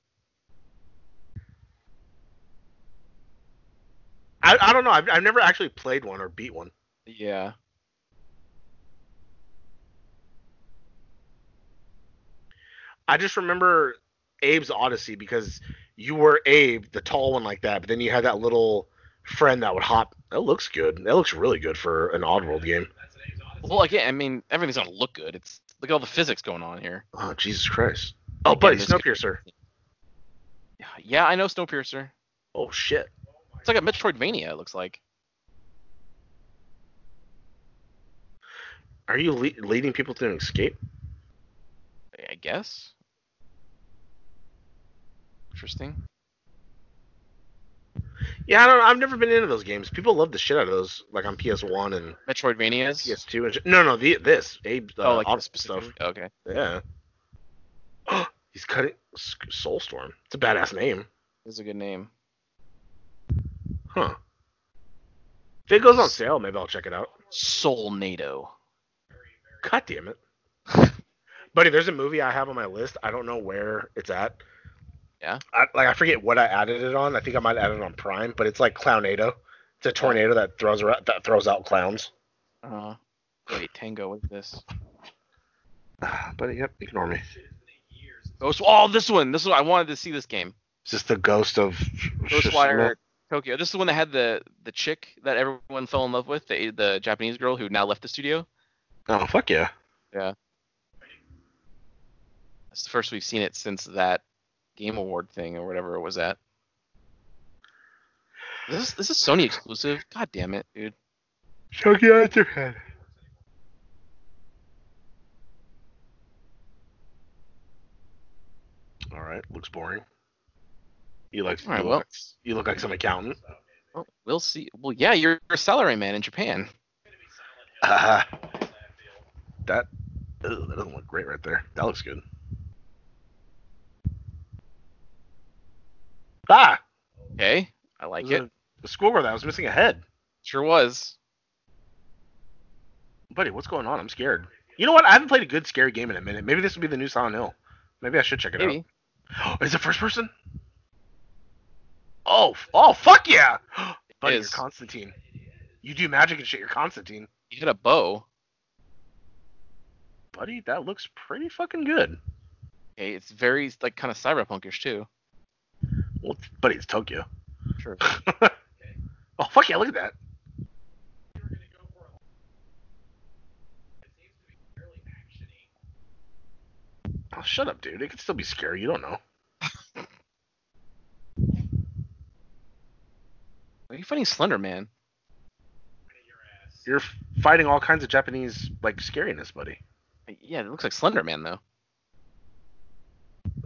S3: I, I don't know. I've, I've never actually played one or beat one.
S4: Yeah.
S3: I just remember Abe's Odyssey because you were Abe, the tall one like that, but then you had that little friend that would hop. That looks good. That looks really good for an Oddworld game.
S4: Well, again, I mean, everything's gonna look good. It's look at all the physics going on here.
S3: Oh, Jesus Christ. Oh, buddy,
S4: this could-
S3: Snowpiercer.
S4: Yeah, I know Snowpiercer.
S3: Oh, shit.
S4: It's like a Metroidvania. It looks like.
S3: Are you le- leading people to an escape?
S4: I guess. Interesting.
S3: Yeah, I don't know. I've never been into those games. People love the shit out of those, like on PS1 and
S4: Metroidvanias.
S3: PS2. And sh- no, no, the, this. Abe, uh,
S4: Oh, like
S3: Odyssey
S4: specific-
S3: stuff.
S4: Okay.
S3: Yeah. He's cutting S- Soulstorm. It's a badass name.
S4: This is a good name.
S3: Huh. If it goes on sale, maybe I'll check it out.
S4: Soul NATO.
S3: God damn it. Buddy, there's a movie I have on my list. I don't know where it's at.
S4: Yeah?
S3: I, like I forget what I added it on. I think I might add it on Prime, but it's like Clownado. It's a tornado that throws around, that throws out clowns.
S4: Uh, wait, Tango. What is this?
S3: But yep, ignore me.
S4: Oh, so, oh, this one. This one. I wanted to see this game.
S3: It's just the ghost of
S4: Ghostwire Tokyo. This is the one that had the the chick that everyone fell in love with, the the Japanese girl who now left the studio.
S3: Oh fuck yeah.
S4: That's the first we've seen it since that Game Award thing or whatever it was at. This this is Sony exclusive. God damn it, dude.
S3: Tokyo at your head. All right, looks boring. You like,
S4: All right,
S3: you,
S4: well.
S3: look, like- you look like some accountant.
S4: Well, we'll see. Well, yeah, you're a salary man in Japan.
S3: Uh, that ugh, that doesn't look great right there. That looks good. Ah,
S4: Okay, I like
S3: there's
S4: it.
S3: a- The schoolgirl that was missing a head.
S4: Sure was.
S3: Buddy, what's going on? I'm scared. You know what? I haven't played a good scary game in a minute. Maybe this will be the new Silent Hill. Maybe I should check it out.
S4: Maybe.
S3: Is it first person? Oh, f- oh, fuck yeah! Buddy, you're
S4: Is-
S3: Constantine. You do magic and shit. You're Constantine,
S4: You hit a bow.
S3: buddy. That looks pretty fucking good.
S4: Okay, it's very like kind of cyberpunkish too.
S3: Well, buddy, it's Tokyo.
S4: Sure.
S3: Oh fuck yeah! Look at that. Oh, shut up, dude. It could still be scary. You don't know.
S4: Are you fighting Slender Man?
S3: You're f- fighting all kinds of Japanese like scariness, buddy.
S4: Uh, Yeah, it looks like Slender Man though.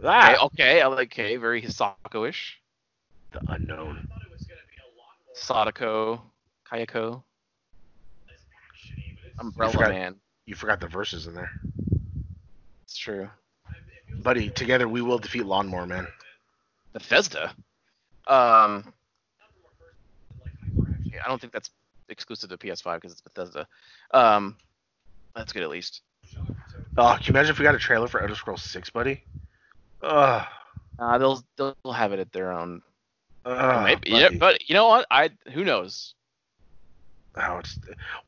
S3: Ah,
S4: Okay, okay, I like okay, very Hisako-ish.
S3: the unknown.
S4: Sadako, Kayako,
S3: You
S4: Umbrella
S3: forgot-
S4: Man.
S3: You forgot the verses in there,
S4: It's true.
S3: buddy. Together we will defeat Lawnmower Man.
S4: Bethesda. Um, yeah, I don't think that's exclusive to PS5 because it's Bethesda. Um, that's good at least.
S3: Oh, can you imagine if we got a trailer for Elder Scrolls Six, buddy? Ugh.
S4: Uh, they'll they'll have it at their own.
S3: Ugh,
S4: Maybe.
S3: buddy.
S4: Yeah, but you know what? I who knows?
S3: Oh, it's,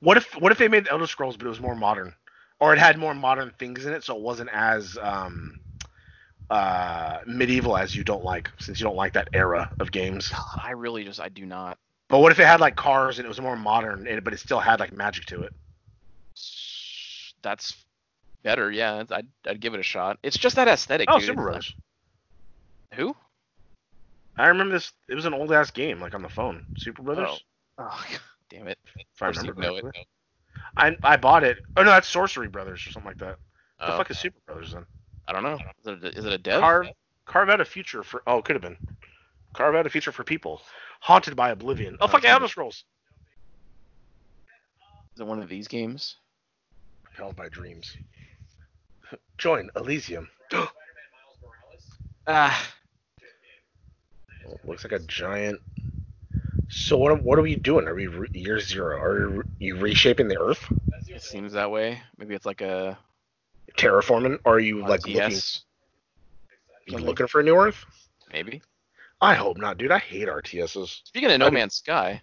S3: what if what if they made the Elder Scrolls, but it was more modern, or it had more modern things in it, so it wasn't as um, uh, medieval as you don't like, since you don't like that era of games.
S4: God, I really just I do not.
S3: But what if it had like cars and it was more modern, and, but it still had like magic to it?
S4: That's better. Yeah, that's- I'd, I'd give it a shot. It's just that aesthetic.
S3: Oh,
S4: dude.
S3: Super
S4: It's
S3: Rush.
S4: like- Who?
S3: I remember this. It was an old ass game, like on the phone. Super Brothers.
S4: Oh, God damn it.
S3: if I
S4: Of course you
S3: remember
S4: know it.
S3: correctly. I I bought it. Oh no, that's Sorcery Brothers or something like that. What
S4: Oh,
S3: the fuck is Super Brothers then?
S4: I don't know. Is it a, is it a dev?
S3: Carve carve out a future for oh, it could have been. Carve out a future for people haunted by oblivion. Oh fuck, yeah, Elder Scrolls.
S4: Is it one of these games?
S3: Propelled by dreams. Join Elysium. Oh,
S4: Ah,
S3: looks like a giant. So what what are we doing? Are we re- year zero? Are you, you reshaping the Earth,
S4: it seems that way. Maybe it's like a
S3: terraforming? Or are you
S4: on
S3: like
S4: DS.
S3: looking, you looking for a new Earth?
S4: Maybe.
S3: I hope not, dude. I hate RTSs.
S4: Speaking of No
S3: Okay.
S4: Man's Sky,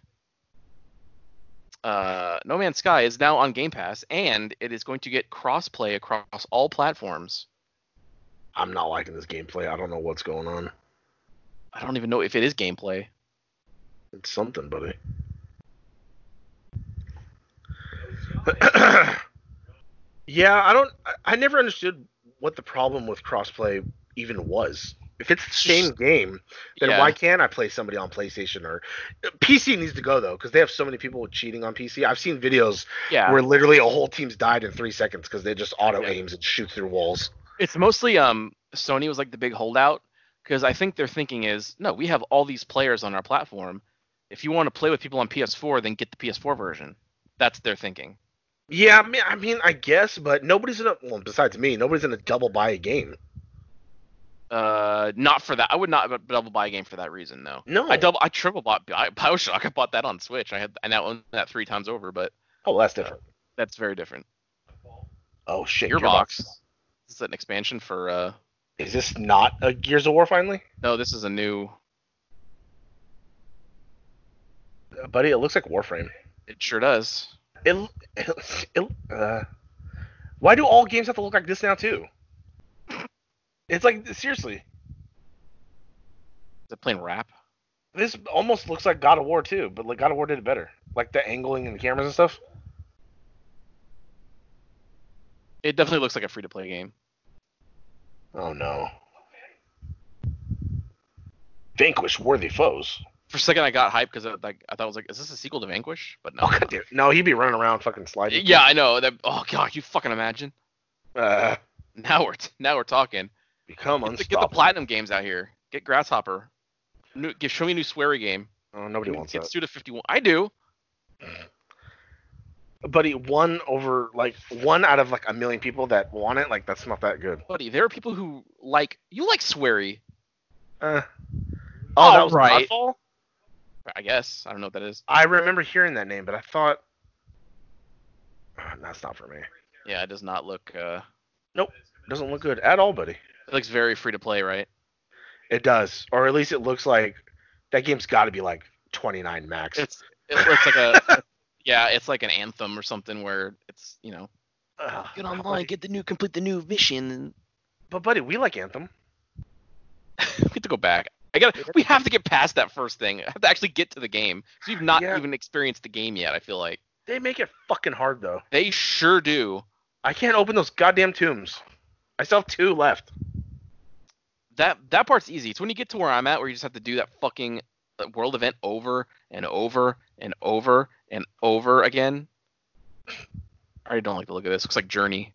S4: uh, No Man's Sky is now on Game Pass, and it is going to get crossplay across all platforms.
S3: I'm not liking this gameplay. I don't know what's going on.
S4: I don't even know if it is gameplay.
S3: It's something, buddy. yeah, I don't. I- I never understood what the problem with crossplay even was. If it's the same game, then
S4: Yeah.
S3: why can't I play somebody on PlayStation or PC needs to go though because they have so many people cheating on PC. I've seen videos
S4: Yeah,
S3: where literally a whole team's died in three seconds because they just auto aims and shoots through walls.
S4: it's mostly um Sony was like the big holdout because I think their thinking is no, we have all these players on our platform. If you want to play with people on PS4, then get the PS4 version. That's their thinking.
S3: Yeah, I mean, I mean, I guess, but nobody's gonna. Well, besides me, nobody's gonna double buy a game.
S4: Uh, not for that. I would not bu- double buy a game for that reason, though.
S3: No,
S4: I double, I triple bought Bi- Bioshock. I bought that on Switch. I had, I now own that three times over, but
S3: Oh, well, that's different.
S4: that's very different.
S3: Oh shit,
S4: Gearbox. box. This is an expansion for. uh
S3: Is this not a Gears of War finally?
S4: No, this is a new.
S3: Uh, buddy, it looks like Warframe.
S4: It sure does.
S3: It, it, it uh, why do all games have to look like this now too? It's like seriously,
S4: Is it playing rap?
S3: this almost looks like God of War too, but like God of War did it better. Like the angling and the cameras and stuff.
S4: It definitely looks like a free to play game.
S3: Oh no. Vanquish worthy foes.
S4: For a second, I got hyped because I, like, I thought it was like, is this a sequel to Vanquish? But no.
S3: Oh god, dude. No, he'd be running around fucking sliding.
S4: Yeah, I know. That. Oh god, you fucking imagine.
S3: Uh,
S4: Now we're t- now we're talking.
S3: become
S4: Get the, get the
S3: unstoppable.
S4: platinum games out here. Get Grasshopper. New, get, show me a new sweary game.
S3: oh, nobody
S4: Get
S3: wants that.
S4: get Suda 51. I do.
S3: buddy one over like one out of like a million people that want it like that's not that good
S4: buddy. There are people who like you like sweary.
S3: uh,
S4: Oh,
S3: oh that was
S4: right.
S3: Godfall?
S4: I guess I don't know what that is.
S3: i remember hearing that name but i thought Ah, that's not for me
S4: Yeah, it does not look. Uh,
S3: doesn't look good at all buddy
S4: it looks very free to play, right?
S3: it does or at least it looks like That game's got to be like 29 max.
S4: It's it, it's like a yeah, it's like an anthem or something where it's you know
S3: Ugh,
S4: get
S3: buddy.
S4: online, get the new, complete the new mission. and
S3: But buddy, we like Anthem.
S4: we have to go back. I got. to We have to get past that first thing. I have to actually get to the game. 'Cause you've not
S3: Yeah.
S4: even experienced the game yet. I feel like
S3: They make it fucking hard though.
S4: they sure do.
S3: I can't open those goddamn tombs. I still have two left.
S4: That that part's easy. It's when you get to where I'm at, where you just have to do that fucking uh, world event over and over and over and over again. I already don't like the look of this. Looks like Journey.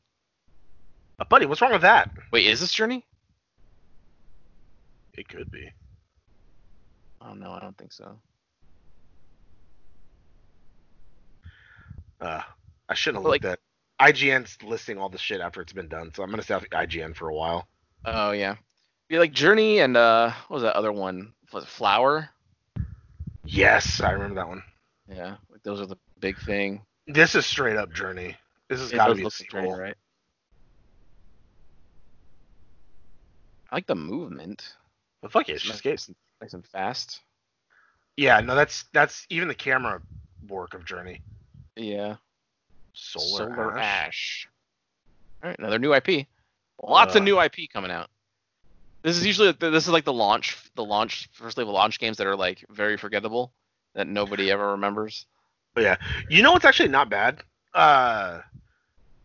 S3: Uh, buddy, what's wrong with that?
S4: Wait, is this Journey?
S3: It could be.
S4: Oh no, I don't think so.
S3: Uh, I shouldn't have
S4: But,
S3: looked at. IGN's listing all the shit after it's been done, so I'm gonna stay off IGN for a while.
S4: Oh yeah. Yeah, like Journey and uh, what was that other one? Was it Flower?
S3: Yes, I remember that one.
S4: Yeah, like those are the big thing.
S3: This is straight up Journey. This has
S4: It
S3: got to
S4: does
S3: be a
S4: look
S3: sequel.
S4: strange, right? I like the movement.
S3: But fuck it, it's just games.
S4: nice, nice and fast.
S3: Yeah, no, that's that's even the camera work of Journey.
S4: Yeah.
S3: Solar, Ash.
S4: Ash. All right, another new IP. Lots of
S3: Uh.
S4: new IP coming out. This is usually this is like the launch, the launch first level launch games that are like very forgettable that nobody ever remembers.
S3: You know what's actually not bad? Uh,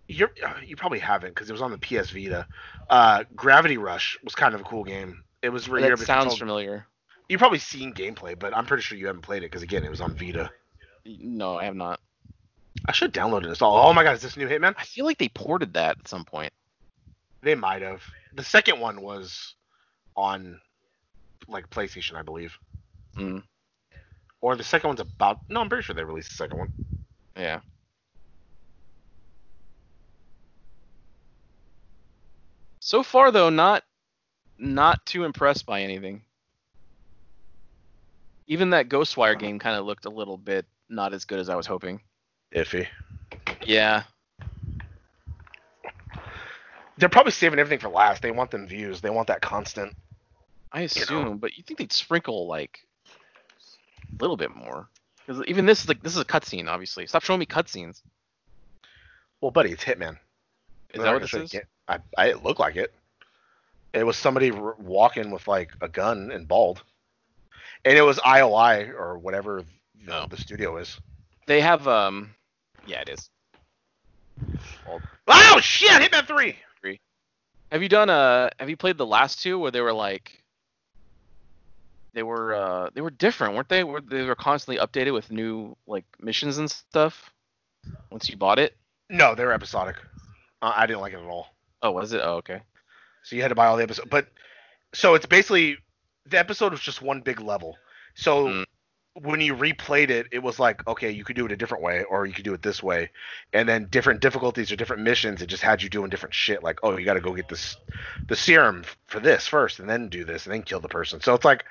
S3: you're uh, you probably haven't because it was on the PS Vita. Uh, Gravity Rush was kind of a cool game. It was
S4: That
S3: really
S4: sounds familiar.
S3: You've probably seen gameplay, but I'm pretty sure you haven't played it because again, it was on Vita.
S4: No, I have not.
S3: I should download and install. Oh my god, is this new Hitman?
S4: I feel like they ported that at some point.
S3: They might have. The second one was on like PlayStation, I believe,
S4: Mm,
S3: or the second one's about. No, I'm pretty sure they released the second one.
S4: yeah. So far though, not not too impressed by anything. Even that Ghostwire game kind of looked a little bit not as good as I was hoping.
S3: Iffy.
S4: Yeah.
S3: They're probably saving everything for last. They want them views. They want that constant.
S4: I assume, but you think they'd sprinkle like a little bit more? Because even this is like this is a cutscene, obviously. Stop showing me cutscenes.
S3: Well, buddy, it's Hitman.
S4: Is
S3: They're not
S4: that what
S3: gonna
S4: this
S3: say
S4: is?
S3: can't- I, I it looked like it. It was somebody r- walking with like a gun and bald, and it was IOI or whatever the,
S4: Oh.
S3: the studio is.
S4: They have um, yeah, it is.
S3: Oh shit! Hitman three.
S4: Have you done uh have you played the last two where they were like they were uh they were different, weren't they? Were they were constantly updated with new like missions and stuff once you bought it?
S3: No, they were episodic. Uh, I didn't like it at all.
S4: Oh, was it? Oh, okay.
S3: So you had to buy all the episodes. But so it's basically the episode was just one big level. So
S4: Mm.
S3: when you replayed it, it was like, okay, you could do it a different way, or you could do it this way, and then different difficulties or different missions. It just had you doing different shit. Like, oh, you got to go get this, the serum f- for this first, and then do this, and then kill the person. So it's like,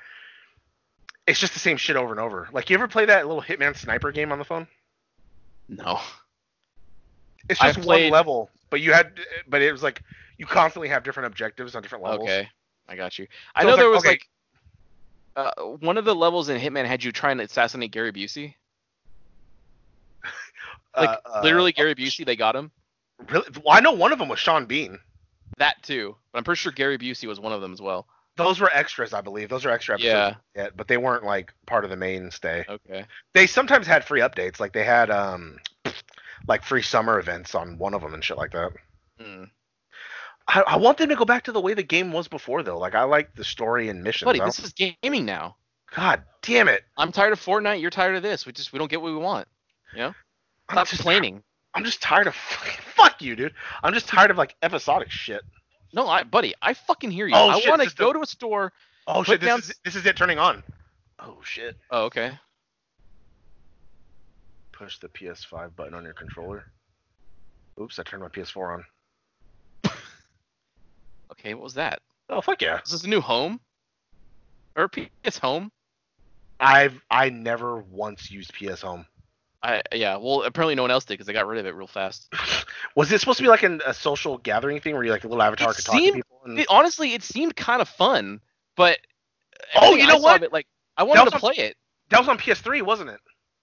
S3: it's just the same shit over and over. Like, you ever play that little Hitman sniper game on the phone?
S4: No.
S3: It's
S4: I
S3: just
S4: played-
S3: one level, but you had, but it was like you constantly have different objectives on different levels.
S4: Okay. I got you. I
S3: So
S4: know
S3: it's
S4: there
S3: like,
S4: was
S3: okay.
S4: like uh, one of the levels in Hitman had you trying to assassinate Gary Busey. Like
S3: Uh, uh,
S4: literally Gary Busey, they got him.
S3: Really? Well, I know one of them was Sean Bean.
S4: That too. But I'm pretty sure Gary Busey was one of them as well.
S3: Those were extras, I believe. Those are extra episodes.
S4: Yeah.
S3: Yeah. but they weren't like part of the mainstay.
S4: Okay.
S3: They sometimes had free updates, like they had um, like free summer events on one of them and shit like that.
S4: Hmm.
S3: I, I want them to go back to the way the game was before, though. Like I like the story and missions.
S4: Buddy,
S3: I don't-
S4: this is gaming now.
S3: God damn it!
S4: I'm tired of Fortnite. You're tired of this. We just we don't get what we want. You know?
S3: I'm
S4: Stop
S3: just,
S4: complaining.
S3: I'm just tired of fuck you, dude. I'm just tired of like episodic shit.
S4: No, I, buddy, I fucking hear you.
S3: Oh,
S4: I
S3: shit,
S4: want
S3: this
S4: to
S3: is
S4: go
S3: the-
S4: to a store.
S3: Oh
S4: Put
S3: shit! This
S4: down-
S3: is this is it turning on. Oh shit!
S4: Oh, okay.
S3: Push the PS5 button on your controller. Oops, I turned my PS4 on.
S4: Okay, what was that?
S3: Oh fuck yeah!
S4: Is this a new home? Or PS Home?
S3: I've I never once used PS Home.
S4: I yeah. Well, apparently no one else did because they got rid of it real fast.
S3: Was this supposed to be like an, a social gathering thing where you like a little avatar
S4: It
S3: could talk to
S4: seemed-
S3: people? And...
S4: It- honestly, it seemed kind of fun, but
S3: Oh,
S4: everything
S3: you
S4: I
S3: know
S4: saw
S3: what?
S4: of it, like I wanted
S3: was
S4: to
S3: on-
S4: play it.
S3: That was on PS3, wasn't it?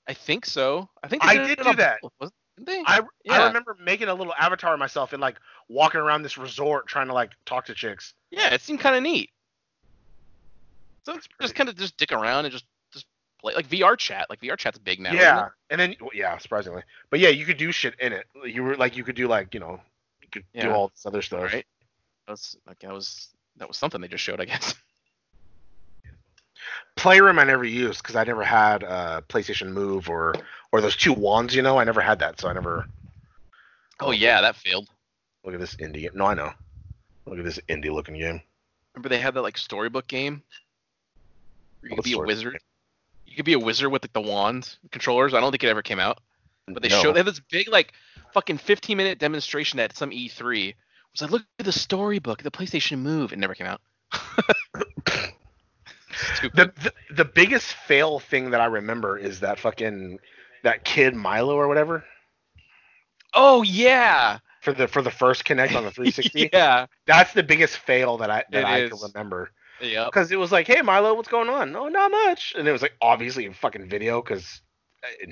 S4: I think so. I think they
S3: I
S4: it
S3: did do
S4: on-
S3: that.
S4: wasn't they?
S3: I
S4: Yeah.
S3: I remember making a little avatar of myself and like walking around this resort trying to like talk to chicks.
S4: yeah, it seemed kind of neat. So it's
S3: pretty-
S4: just kind of just dick around and just just play like VR chat. Like VR chat's big now.
S3: yeah, and then well, yeah, surprisingly, but yeah, you could do shit in it. You were like you could do like you know you could do
S4: Yeah.
S3: all this other stuff.
S4: Right. That was like that was that was something they just showed, I guess.
S3: Playroom I never used because I never had uh, PlayStation Move or or those two wands. You know, I never had that, so I never.
S4: Oh yeah, that failed.
S3: Look at this indie. No, I know. Look at this indie looking game.
S4: Remember they had that like storybook game? Where you
S3: What
S4: could be a
S3: storybook
S4: wizard. You could be a wizard with like the wand controllers. I don't think it ever came out. But they
S3: No.
S4: showed they had this big like fucking 15 minute demonstration at some E3. It was like, look at the storybook, the PlayStation Move. It never came out. Stupid.
S3: the, the the biggest fail thing that I remember is that fucking that kid Milo or whatever
S4: oh yeah,
S3: for the for the first Connect on the 360.
S4: yeah,
S3: That's the biggest fail that I that
S4: It
S3: I
S4: is.
S3: can remember
S4: yeah.
S3: because it was like, hey Milo, what's going on? No, not much. And it was like obviously a fucking video because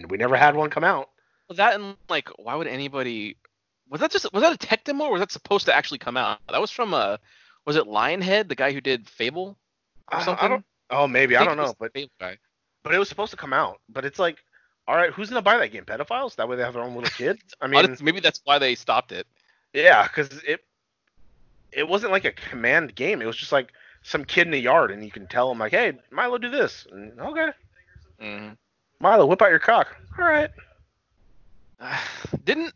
S3: we never had one come out.
S4: That and like, why would anybody? Was that just was that a tech demo or was that supposed to actually come out? That was from uh, was it Lionhead, the guy who did Fable or
S3: I- I
S4: something?
S3: don't- Oh, maybe I
S4: think
S3: don't
S4: it was
S3: know, but
S4: Fable guy.
S3: but it was supposed to come out. But it's like, all right, who's gonna buy that game? Pedophiles? That way they have their own little kid. I mean,
S4: Honest- maybe that's why they stopped it.
S3: yeah, because it it wasn't like a command game. It was just like some kid in the yard, and you can tell him like, hey Milo, do this. And, okay, Mm-hmm. Milo, whip out your cock. All right.
S4: Didn't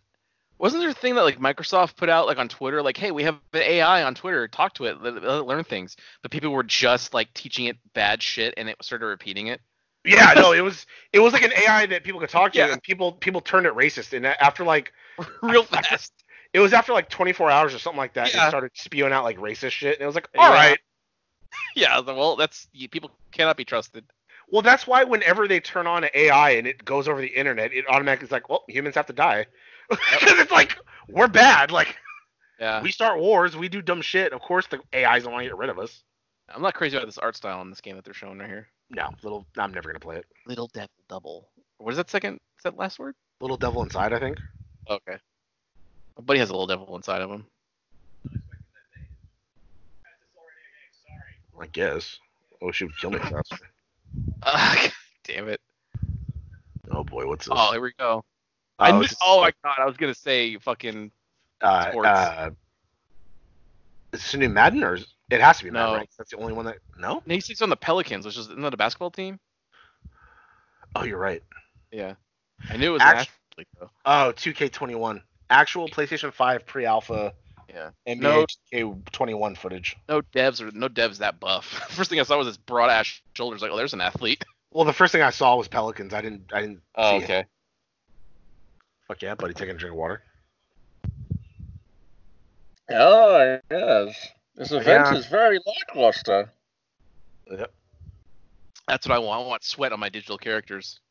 S4: wasn't there a thing that like Microsoft put out like on Twitter like, hey, we have an AI on Twitter, talk to it, let, let it learn things. But people were just like teaching it bad shit and it started repeating it.
S3: Yeah, no, it was it was like an AI that people could talk to,
S4: Yeah.
S3: and people people turned it racist. And after like
S4: Real
S3: I- I-
S4: fast.
S3: it was after like 24 hours or something like that,
S4: Yeah.
S3: it started spewing out like racist shit. And it was like, all right.
S4: yeah, I was like, well, that's you- people cannot be trusted.
S3: Well, that's why whenever they turn on an AI and it goes over the internet, it automatically is like, well, humans have to die. Because it's like, we're bad. Like,
S4: Yeah.
S3: we start wars, we do dumb shit. Of course, the AIs don't want to get rid of us.
S4: I'm not crazy about this art style in this game that they're showing right here.
S3: No, little, I'm never going to play it.
S4: Little Devil Double. What is that second? Is that last word?
S3: Little Devil Inside, I think.
S4: Okay. My buddy has a little devil inside of him.
S3: I guess. Oh, she would kill me faster.
S4: Ah, God damn it.
S3: Oh, boy, what's this?
S4: Oh, here we go.
S3: Oh,
S4: I knew,
S3: this is-
S4: oh my god, I was gonna say fucking
S3: uh,
S4: sports.
S3: uh, is this a new Madden, or is, it has to be Madden,
S4: No.
S3: right? That's the only one that, no?
S4: no, he sits on the Pelicans, which is isn't that a basketball team?
S3: Oh, you're right.
S4: Yeah. I knew it was
S3: Actu-
S4: an athlete though.
S3: Oh, 2K21. Actual PlayStation 5 pre-alpha
S4: Yeah.
S3: NBA
S4: No.
S3: 2K21 footage.
S4: No devs or no devs that buff. First thing I saw was his broad ass shoulders, like, oh there's an athlete.
S3: Well, the first thing I saw was Pelicans. I didn't. I didn't. see It.
S4: Oh, okay.
S3: Fuck yeah, buddy, taking a drink of water.
S5: Oh, yes. This event
S3: Yeah.
S5: is very lackluster.
S4: That's what I want. I want sweat on my digital characters.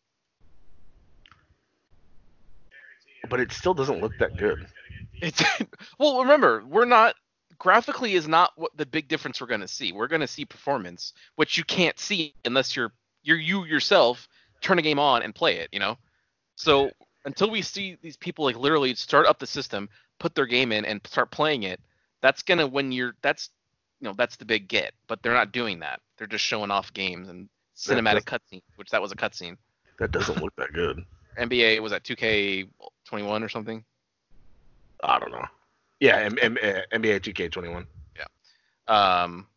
S3: But it still doesn't look that good.
S4: It's well remember, we're not graphically is not what the big difference we're gonna see. We're gonna see performance, which you can't see unless you're you're you yourself turn a game on and play it, you know? So until we see these people like literally start up the system, put their game in and start playing it, that's gonna when you're that's you know, that's the big get. But they're not doing that. They're just showing off games and cinematic cutscenes, which that was a cutscene.
S3: That doesn't look that good.
S4: NBA was at two K twenty one or something.
S3: I don't know. Yeah, M- M- uh, NBA 2K21.
S4: Um,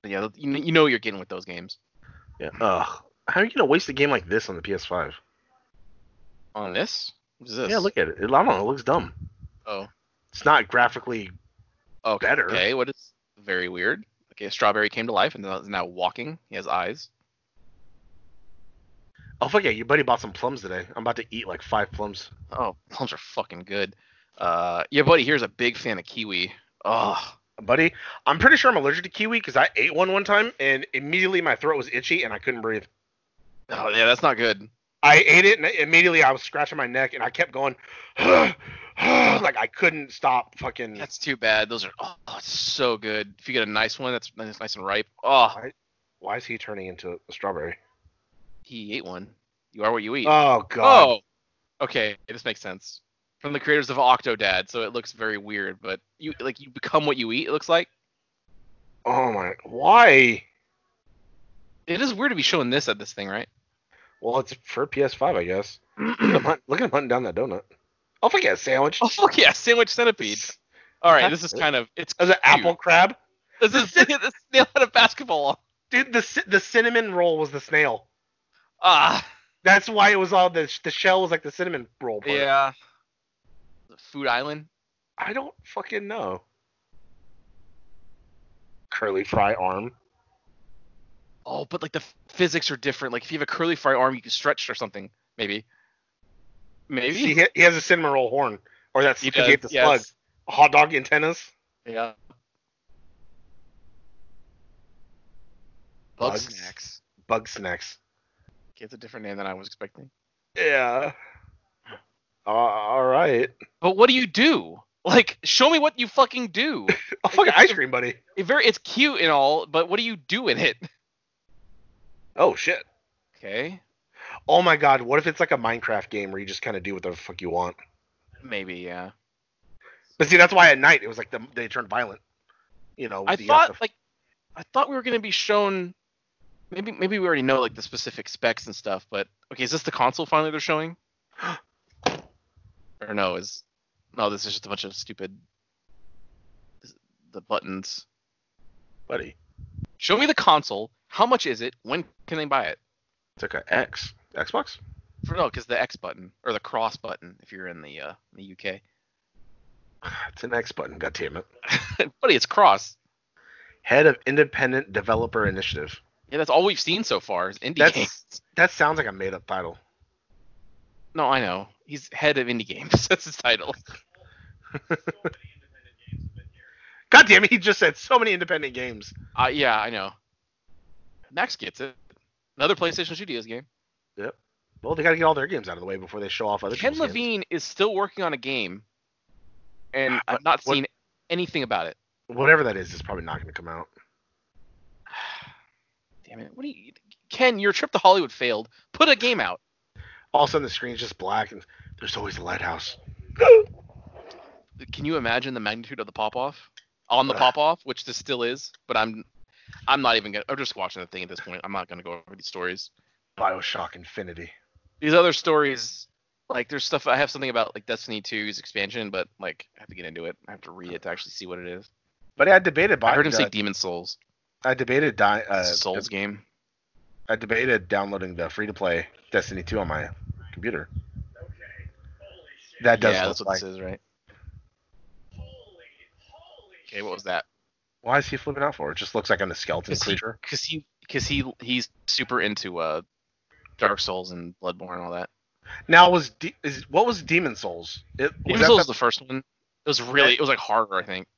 S4: but yeah, you, you know you're getting with those games
S3: Yeah. Ugh. How are you gonna waste a game like this on the PS5?
S4: on this. What is this?
S3: Yeah, look at it. It- I don't know. It looks dumb.
S4: Oh,
S3: It's not graphically.
S4: okay.
S3: Better.
S4: Okay, what is very weird? Okay, strawberry came to life and now- is now walking. He has eyes.
S3: Oh fuck yeah, your buddy bought some plums today. I'm about to eat like five plums.
S4: Oh, plums are fucking good. Uh, your buddy here's a big fan of kiwi. Oh,
S3: buddy. I'm pretty sure I'm allergic to kiwi because I ate one one time and immediately my throat was itchy and I couldn't breathe.
S4: oh yeah, that's not good.
S3: I ate it and immediately I was scratching my neck and I kept going, like I couldn't stop fucking.
S4: That's too bad. Those are oh, it's so good. If you get a nice one, that's that's nice and ripe. Oh,
S3: Why is he turning into a strawberry?
S4: He ate one. You are what you eat.
S3: Oh god.
S4: Oh, okay. This makes sense. From the creators of Octodad, so it looks very weird, but you like you become what you eat. It looks like
S3: Oh, my. Why?
S4: it is weird to be showing this at this thing, right?
S3: Well, it's for PS5, I guess. I'm hunt- look at him hunting down that donut. I'll forget a sandwich.
S4: Oh fuck yeah, sandwich centipede. All right, this is kind of it's
S3: As an
S4: cute.
S3: apple crab.
S4: This is the snail had a basketball.
S3: Dude, the ci- the cinnamon roll was the snail.
S4: Ah,
S3: That's why it was all the the shell was like the cinnamon roll. part.
S4: yeah. The food island.
S3: I don't fucking know. Curly fry arm.
S4: Oh, but like the f- physics are different. Like if you have a curly fry arm, you can stretch or something. Maybe. Maybe.
S3: See, he, he has a cinnamon roll horn, or that's
S4: He
S3: because he ate the
S4: does, yes.
S3: slug. Hot dog antennas.
S4: Yeah. Love
S3: Bugs.
S4: snacks.
S3: Bug snacks.
S4: Okay, It's a different name than I was expecting.
S3: Yeah. Uh, all right.
S4: But what do you do? Like, show me what you fucking do.
S3: Oh, fucking ice cream, buddy.
S4: It very, it's cute and all, but what do you do in it?
S3: Oh shit.
S4: Okay,
S3: Oh my god. What if it's like a Minecraft game where you just kind of do what the fuck you want?
S4: maybe yeah.
S3: But see, that's why at night it was like the, they turned violent. You know. uh,
S4: I
S3: you have
S4: thought
S3: to-
S4: like, I thought we were gonna be shown. Maybe maybe we already know like the specific specs and stuff, but okay, is this the console finally they're showing? or no, is no, this is just a bunch of stupid. The buttons.
S3: buddy,
S4: Show me the console. How much is it? When can they buy it?
S3: it's like a X Xbox.
S4: For no, because the X button or the cross button if you're in the uh, the UK.
S3: It's an X button. God damn it.
S4: Buddy, it's cross.
S3: Head of Independent Developer Initiative.
S4: Yeah, that's all we've seen so far is indie
S3: That's-
S4: games.
S3: That sounds like a made up title.
S4: No, I know. He's head of indie games. That's his title.
S3: God damn it. He just said so many independent games.
S4: Uh, yeah, I know. Max gets it. Another PlayStation Studios game.
S3: Well, they got to get all their games out of the way before they show off other
S4: Ken
S3: people's games.
S4: Levine is still working on a game, and
S3: What-
S4: I've not
S3: Ah, what-
S4: seen anything about it.
S3: Whatever that is, it's probably not going to come out.
S4: Damn it! What do you, Ken? Your trip to Hollywood failed. Put a game out.
S3: All of a sudden, the screen's just black and there's always a lighthouse.
S4: Can you imagine the magnitude of the pop off? On the
S3: Ugh.
S4: pop off, which this still is, but I'm, I'm not even gonna. I'm just watching the thing at this point. I'm not gonna go over these stories.
S3: Bioshock Infinity.
S4: these other stories like there's stuff i have something about like destiny 2's expansion but like i have to get into it i have to read it to actually see what it is
S3: But I debated.
S4: i heard him
S3: uh,
S4: say demon souls
S3: I debated. Di- uh,
S4: souls game
S3: I debated downloading the free to play Destiny 2 on my computer. That does
S4: yeah
S3: look
S4: that's what
S3: like.
S4: this is right okay what was that
S3: Why is he flipping out for? It just looks like I'm a skeleton
S4: Is he-
S3: creature.
S4: because he because he he's super into uh dark souls and bloodborne and all that
S3: Now was de- is what was Demon Souls? It, was
S4: demon
S3: that
S4: souls is
S3: the-
S4: the first one it was really it was like harder i think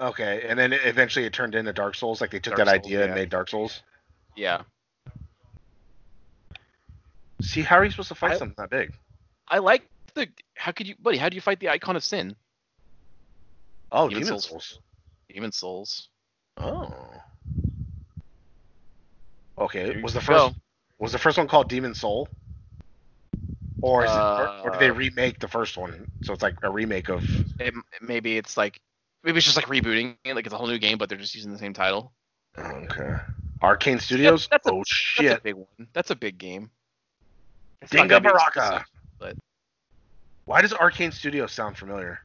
S3: okay, and then it- eventually it turned into Dark Souls. Like they took
S4: Dark
S3: that
S4: Souls,
S3: idea and
S4: yeah.
S3: made Dark Souls.
S4: yeah
S3: See, how are you supposed to fight
S4: I-
S3: something that big?
S4: i like the how could you buddy how do you fight the icon of sin
S3: Oh,
S4: Demon
S3: Demon,
S4: Souls.
S3: Souls.
S4: demon souls
S3: Oh. Okay,
S4: There
S3: was the
S4: you
S3: first
S4: go.
S3: was the first one called Demon Soul? Or is it, or, or did they
S4: Uh,
S3: remake the first one? So it's like a remake of
S4: it, maybe it's like maybe it's just like rebooting it like it's a whole new game but they're just using the same title
S3: Okay. Arcane Studios?
S4: that's a-
S3: oh
S4: that's
S3: shit.
S4: a big one that's a big game It's not
S3: Dinga
S4: gonna be
S3: Baraka.
S4: specific, but-
S3: Why does Arcane Studios sound familiar?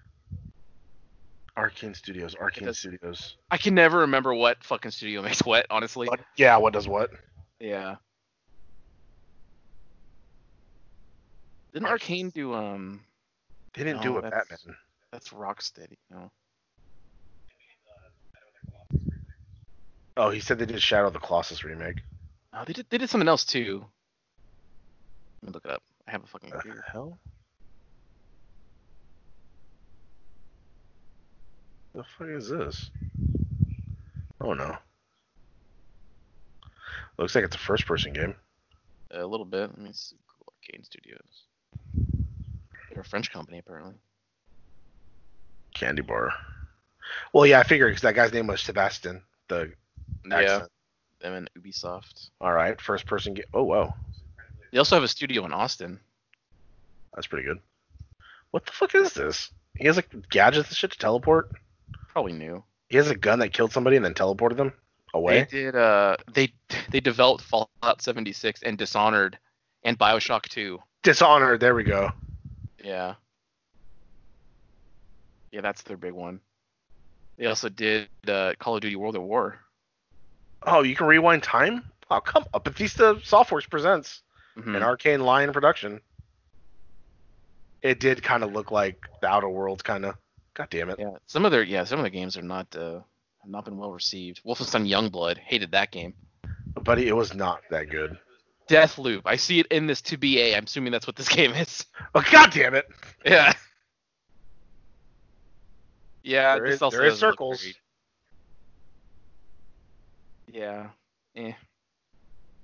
S3: Arcane Studios, Arcane
S4: does-
S3: Studios.
S4: i can never remember what fucking studio makes what honestly
S3: What- yeah, what does what?
S4: yeah didn't arcane do um
S3: They didn't
S4: No,
S3: do it
S4: that's-
S3: Batman.
S4: that's rocksteady no
S3: Oh, he said they did Shadow of the Colossus remake.
S4: no Oh, they did they did something else too let me look it up i have a fucking
S3: What
S4: computer.
S3: the hell? The fuck is this? Oh no. Looks like it's a first person game.
S4: a little bit let me see cool arcane studios they're a french company apparently
S3: Candy bar. Well, yeah, I figured because that guy's name was Sebastian. The accent.
S4: them and ubisoft
S3: All right, first person game. Oh wow.
S4: They also have a studio in Austin.
S3: That's pretty good. What the fuck is this? He has like gadgets and shit to teleport.
S4: Probably new.
S3: He has a gun that killed somebody and then teleported them away.
S4: They did. Uh, they they developed Fallout 76 and Dishonored and Bioshock 2.
S3: Dishonored. There we go.
S4: Yeah. Yeah, that's their big one. They also did uh, Call of Duty World at War.
S3: Oh, you can rewind time. Oh, come on. Bethesda Softworks presents
S4: Mhm.
S3: an arcane lion production. It did kind of look like the Outer Worlds, kind of. God damn it.
S4: Yeah, some of their yeah some of their games are not uh, have not been well received. Wolfenstein Youngblood hated that game.
S3: Buddy, it was not that good.
S4: Deathloop. I see it in this 2BA. I'm assuming that's what this game is.
S3: Oh, god damn it.
S4: Yeah. Yeah,
S3: There
S4: this
S3: is-
S4: also
S3: there is
S4: doesn't look
S3: circles.
S4: great. Yeah. Eh,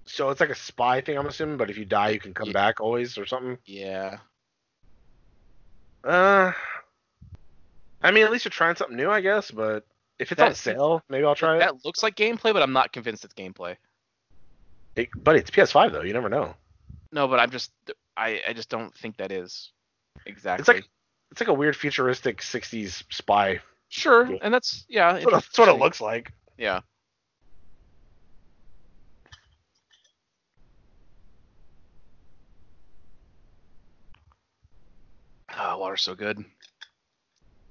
S3: So it's like a spy thing, I'm assuming, but if you die, you can come
S4: Yeah.
S3: back always or something.
S4: yeah.
S3: Uh, I mean, at least you're trying something new, I guess. But if it's on
S4: That's-
S3: sale, maybe I'll try it.
S4: That looks like gameplay, but I'm not convinced it's gameplay.
S3: it. But it's PS5 though. You never know.
S4: No, but I'm just I I just don't think that is exactly.
S3: It's like it's like a weird futuristic '60s spy.
S4: sure,
S3: Yeah.
S4: and that's yeah.
S3: That's what, it- that's what it
S4: interesting.
S3: looks like.
S4: Yeah. Oh, water's so good.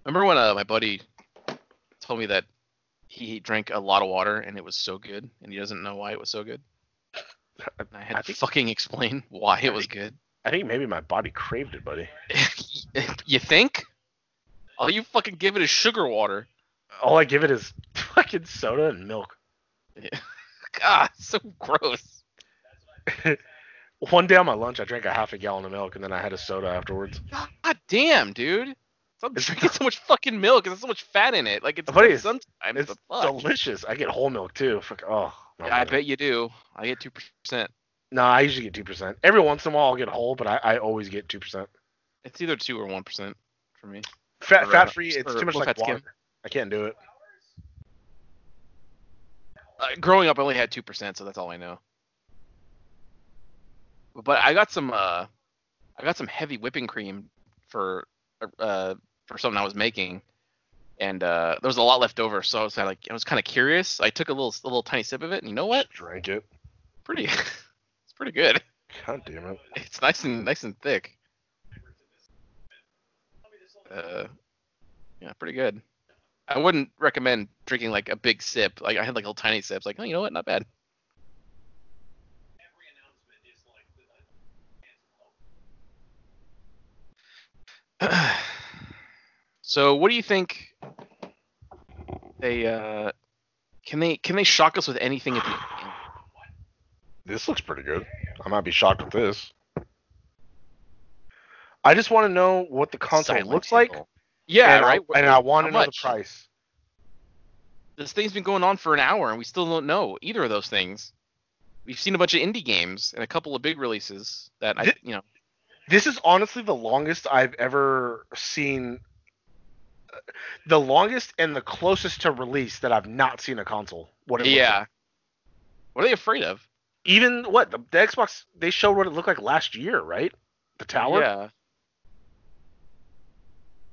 S4: Remember when uh, my buddy told me that he drank a lot of water and it was so good, and he doesn't know why it was so good. And I had
S3: I
S4: to
S3: think-
S4: fucking explain why it was good.
S3: I think maybe my body craved it, buddy.
S4: you think? All you fucking give it is sugar water.
S3: All I give it is fucking soda and milk.
S4: God, so gross.
S3: One day on my lunch, I drank a half a gallon of milk, and then I had a soda afterwards.
S4: God damn, dude. I'm
S3: It's-
S4: drinking so much fucking milk. There's so much fat in it. Like it's
S3: Buddy, it's-
S4: sometimes
S3: It's
S4: the fuck.
S3: delicious. I get whole milk too. Fuck. Oh. my
S4: I
S3: God.
S4: bet you do. I get two percent.
S3: No, I usually get two percent. Every once in a while, I'll get whole, but I, I always get two percent.
S4: It's either two or one percent for me.
S3: Fat,
S4: Or, uh,
S3: fat free. It's
S4: or
S3: too much
S4: low
S3: like
S4: fat skim.
S3: water. I can't do it.
S4: Uh, growing up, I only had two percent, so that's all I know. But I got some, uh, I got some heavy whipping cream for, uh, for something I was making, and uh, there was a lot left over. So I was kinda like, I was kind of curious. I took a little, a little tiny sip of it, and you know what?
S3: Just Drank it.
S4: Pretty, it's pretty good.
S3: God damn it.
S4: It's nice and nice and thick. Uh, yeah, pretty good. I wouldn't recommend drinking like a big sip. Like I had like little tiny sips. Like, oh, you know what? Not bad. so, what do you think? They uh, can they can they shock us with anything at the end?
S3: This looks pretty good. I might be shocked with this. I just want to know what the console
S4: Silent
S3: looks like.
S4: Hill. Yeah,
S3: and
S4: right.
S3: I, and I want to
S4: how
S3: know the
S4: much?
S3: price.
S4: this thing's been going on for an hour and we still don't know either of those things. We've seen a bunch of indie games and a couple of big releases that I,
S3: Th-
S4: you know,
S3: This is honestly the longest I've ever seen. The longest and the closest to release that I've not seen a console. What it looks
S4: yeah.
S3: like.
S4: What are they afraid of?
S3: Even what the, the Xbox they showed what it looked like last year, right? The tower.
S4: Yeah.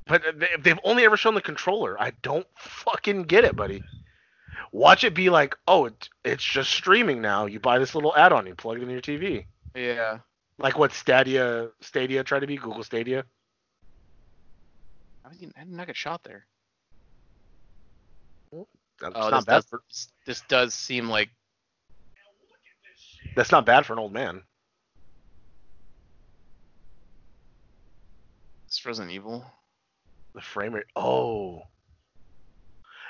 S3: But they, they've only ever shown the controller. I don't fucking get it, buddy. Watch it be like, oh, it, it's just streaming now. You buy this little add-on, you plug it in your TV,
S4: Yeah.
S3: like what Stadia Stadia tried to be, Google Stadia.
S4: I didn't, I did not get shot there.
S3: That's
S4: Oh,
S3: not
S4: this
S3: bad.
S4: does,
S3: for,
S4: this does seem like
S3: that's not bad for an old man.
S4: it's Resident Evil.
S3: The frame rate. Oh.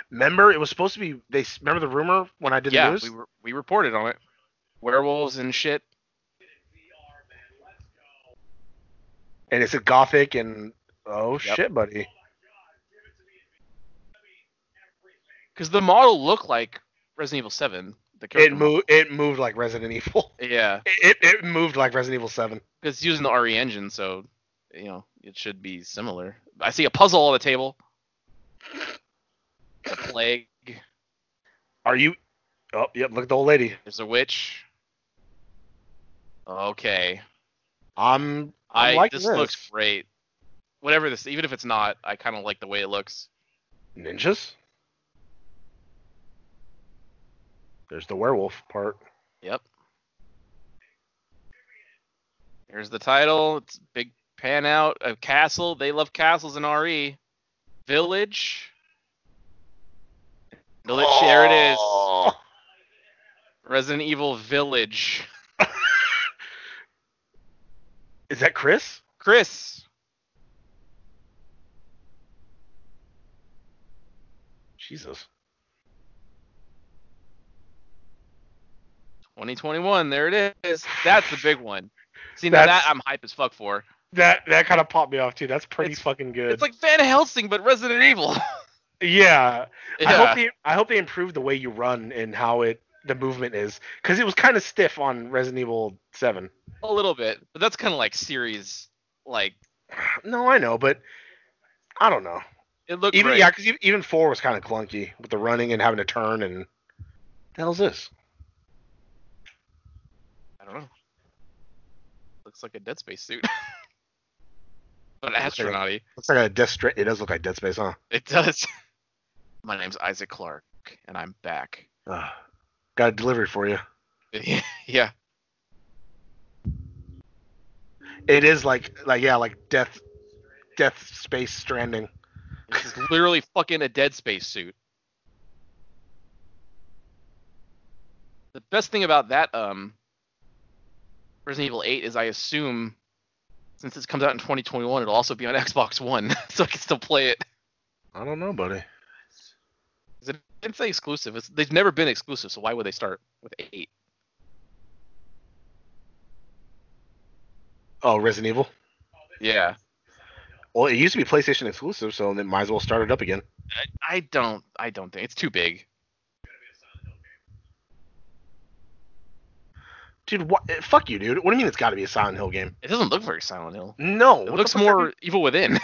S3: Remember, it was supposed to be. They s- remember the rumor when I did the
S4: yeah,
S3: news.
S4: we, were, we reported on it. Werewolves and shit.
S3: and it's a gothic and oh
S4: Yep.
S3: shit, buddy.
S4: Because the model looked like Resident Evil 7. The
S3: It
S4: character model.
S3: moved. It moved like Resident Evil.
S4: Yeah.
S3: It, it, it moved like Resident Evil Seven.
S4: Because it's using the RE engine, so you know it should be similar. I see a puzzle on the table. It's a plague.
S3: Are you? Oh, yep. Look at the old lady.
S4: There's a witch. Okay.
S3: I'm
S4: I
S3: I'm liking
S4: this, looks great. Whatever this, even if it's not, I kind of like the way it looks.
S3: ninjas. There's the werewolf part.
S4: Yep. Here's the title. It's big pan out of castle. They love castles in RE. Village. Village. There it is.
S3: Oh.
S4: Resident Evil Village.
S3: Is that Chris?
S4: Chris.
S3: Jesus.
S4: 2021. There it is. That's the big one. See, now
S3: That's-
S4: that I'm hype as fuck for.
S3: That that kind of popped me off too. That's pretty
S4: It's-
S3: fucking good.
S4: It's like Van Helsing, but Resident Evil.
S3: yeah. I
S4: Yeah.
S3: hope they I hope they improve the way you run and how it the movement is because it was kind of stiff on Resident Evil Seven.
S4: a little bit, but that's kind of like series. Like
S3: No, I know, but I don't know.
S4: it looked
S3: Even
S4: great.
S3: yeah, because even four was kind of clunky with the running and having to turn and. The hell's this?
S4: I don't know. Looks like a Dead Space suit. but astronauty.
S3: Looks like a Death Stra- It does look like Dead Space, huh?
S4: It does. My name's Isaac Clark, and I'm back.
S3: Uh, got it delivered for you.
S4: yeah.
S3: It is like like yeah like Death, Death Space Stranding.
S4: This is literally fucking a Dead Space suit. The best thing about that um Resident Evil 8 is I assume since this comes out in 2021, it'll also be on Xbox One, so I can still play it.
S3: I don't know, buddy.
S4: 'Cause It didn't say exclusive. It's, they've never been exclusive, so why would they start with 8?
S3: Oh, Resident Evil.
S4: Yeah.
S3: Well, it used to be PlayStation exclusive, so they might as well start it up again.
S4: I don't I don't think it's too big.
S3: Dude, what? eh, Fuck you, dude. What do you mean it's got to be a Silent Hill game?
S4: It doesn't look very Silent Hill.
S3: No.
S4: It
S3: what the
S4: looks
S3: fuck are
S4: more
S3: you-
S4: Evil Within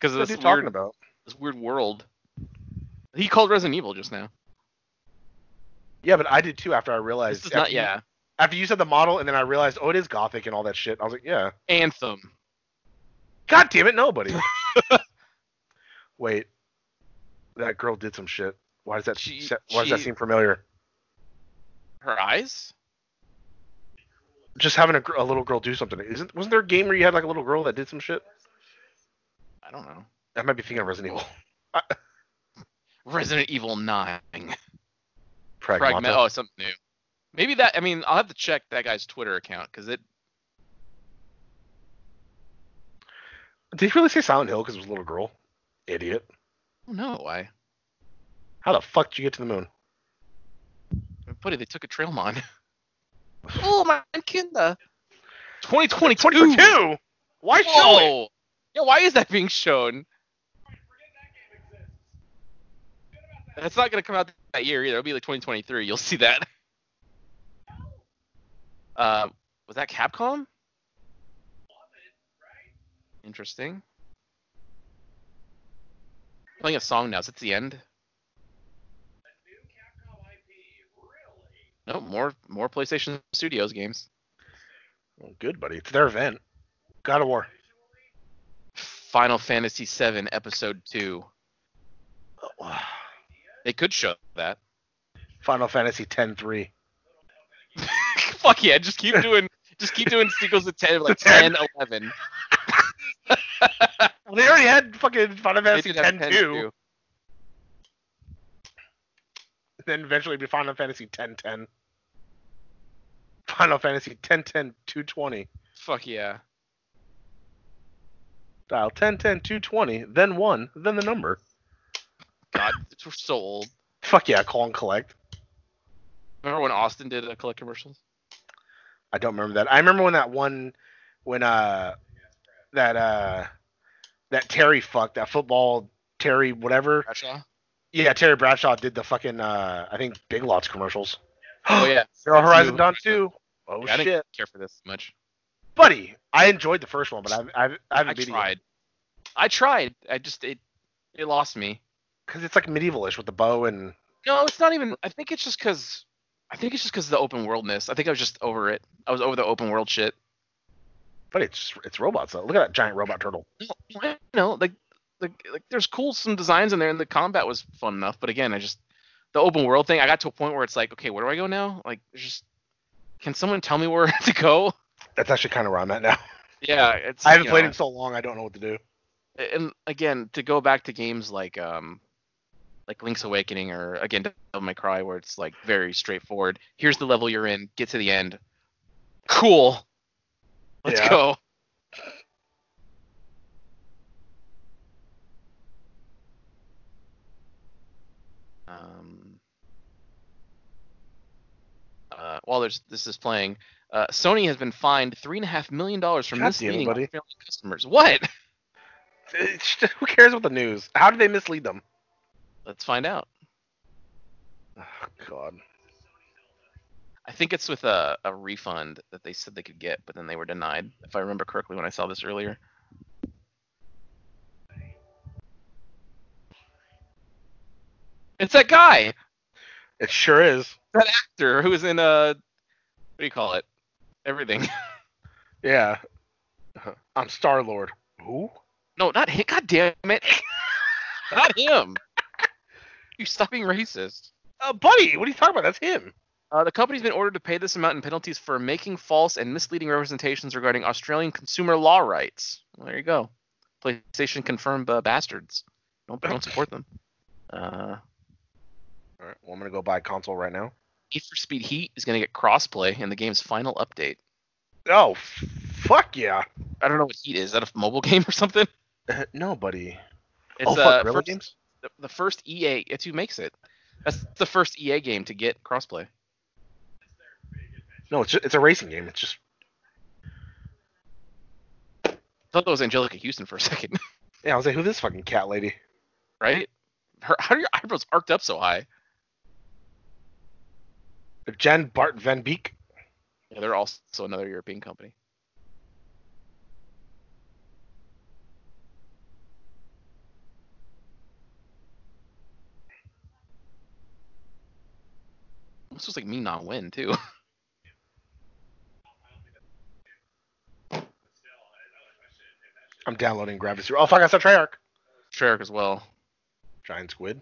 S4: because
S3: What are
S4: of
S3: you
S4: this
S3: talking
S4: weird,
S3: about?
S4: this weird world. He called Resident Evil just now.
S3: Yeah, but I did too after I realized.
S4: This is not
S3: after you-
S4: yeah.
S3: After you said the model, and then I realized, oh, it is gothic and all that shit. I was like, yeah.
S4: Anthem.
S3: God damn it, nobody. Wait, that girl did some shit. Why does that
S4: She-
S3: se- Why does that
S4: she-
S3: seem familiar?
S4: Her eyes?
S3: Just having a, gr- a little girl do something. Isn't wasn't there a game where you had like a little girl that did some shit?
S4: I don't know.
S3: I might be thinking of Resident Evil.
S4: Resident Evil 9.
S3: Pragmata.
S4: Fragment. Oh, something new. Maybe that. I mean, I'll have to check that guy's Twitter account because it.
S3: Did he really say Silent Hill because it was a little girl? Idiot.
S4: I don't know why.
S3: How the fuck did you get to the moon?
S4: Buddy, they took a trail mon. oh my kinda. 2022.
S3: 2022. Why show it?
S4: Whoa. Yeah, why is that being shown? That's not gonna come out that year either. It'll be like 2023. You'll see that. Uh, was that Capcom? Interesting. Playing a song now. Is it the end? No, more more PlayStation Studios games.
S3: Well, good buddy, it's their event. God of War.
S4: Final Fantasy VII Episode Two. They could show that.
S3: Final Fantasy 10-3.
S4: Fuck yeah, just keep doing just keep doing sequels of 10 like 10 11.
S3: Well, they already had fucking Final
S4: They
S3: Fantasy
S4: did have
S3: 10-2.
S4: 10 too.
S3: Then eventually it'd be Final Fantasy 10-10. Final Fantasy 10-10-220.
S4: Fuck yeah.
S3: Dial 10-10-220, then 1, then the number.
S4: God, we're so old.
S3: Fuck yeah, call and collect.
S4: Remember when Austin did uh, collect commercials?
S3: I don't remember that. I remember when that one, when uh, that uh, that Terry fuck that football Terry whatever.
S4: Bradshaw?
S3: Yeah, Terry Bradshaw did the fucking uh, I think Big Lots commercials.
S4: Oh yeah.
S3: Zero Horizon
S4: Two.
S3: Dawn two. Oh
S4: Yeah, I
S3: shit,
S4: didn't care for this much.
S3: buddy! I enjoyed the first one, but I've I've I
S4: I
S3: haven't beat it
S4: tried. I tried. I just it it lost me.
S3: because it's like medievalish with the bow and
S4: No, it's not even I think it's just cuz I think it's just because of the open worldness. I think I was just over it. I was over the open world shit.
S3: But it's it's robots. Though. Look at that giant robot turtle.
S4: I know, like, like, like there's cool some designs in there, and the combat was fun enough. But again, I just the open world thing. I got to a point where it's like, okay, where do I go now? Like, there's just can someone tell me where to go?
S3: That's actually kind of where I'm at now.
S4: Yeah, it's
S3: I haven't
S4: you
S3: played
S4: know,
S3: in so long. I don't know what to do.
S4: and again to go back to games like um like Link's Awakening or again Devil May Cry where it's like very straightforward. Here's the level you're in. Get to the end. Cool. Let's
S3: Yeah.
S4: go. Um, uh, while there's, this is playing, uh, Sony has been fined three and a half million dollars from
S3: God damn it,
S4: misleading
S3: buddy.
S4: failing customers. What?
S3: It's just- who cares about the news? How did they mislead them?
S4: Let's find out.
S3: Oh, God.
S4: I think it's with a, a refund that they said they could get, but then they were denied, if I remember correctly when I saw this earlier. It's that guy,
S3: It sure is.
S4: that actor who was in uh what do you call it? Everything.
S3: Yeah. I'm Star Lord. Who?
S4: No, not him. God damn it. not him. You stop being racist.
S3: Uh, buddy, what are you talking about? That's him.
S4: Uh, the company's been ordered to pay this amount in penalties for making false and misleading representations regarding Australian consumer law rights. Well, there you go. PlayStation confirmed uh, bastards. Don't don't support them. Uh,
S3: All right. Well, I'm gonna go buy a console right now.
S4: Need for Speed Heat is going to get crossplay in the game's final update.
S3: Oh, f- fuck yeah.
S4: I don't know what Heat is. Is that a mobile game or something?
S3: Uh, no, buddy.
S4: It's
S3: oh, fuck,
S4: uh,
S3: really,
S4: first,
S3: James?
S4: the, the first EA. It's who makes it. That's the first EA game to get crossplay.
S3: No, it's ju- it's a racing game. It's just
S4: I thought that was Angelica Houston for a second,
S3: yeah. I was like, who this fucking cat lady?
S4: right? Her, how are your eyebrows arced up so high?
S3: Jen Bart Van Beek.
S4: Yeah, they're also another European company. This was like me not win too.
S3: I'm downloading Gravity Zero. Oh fuck, I saw Treyarch.
S4: Treyarch as well.
S3: Giant Squid.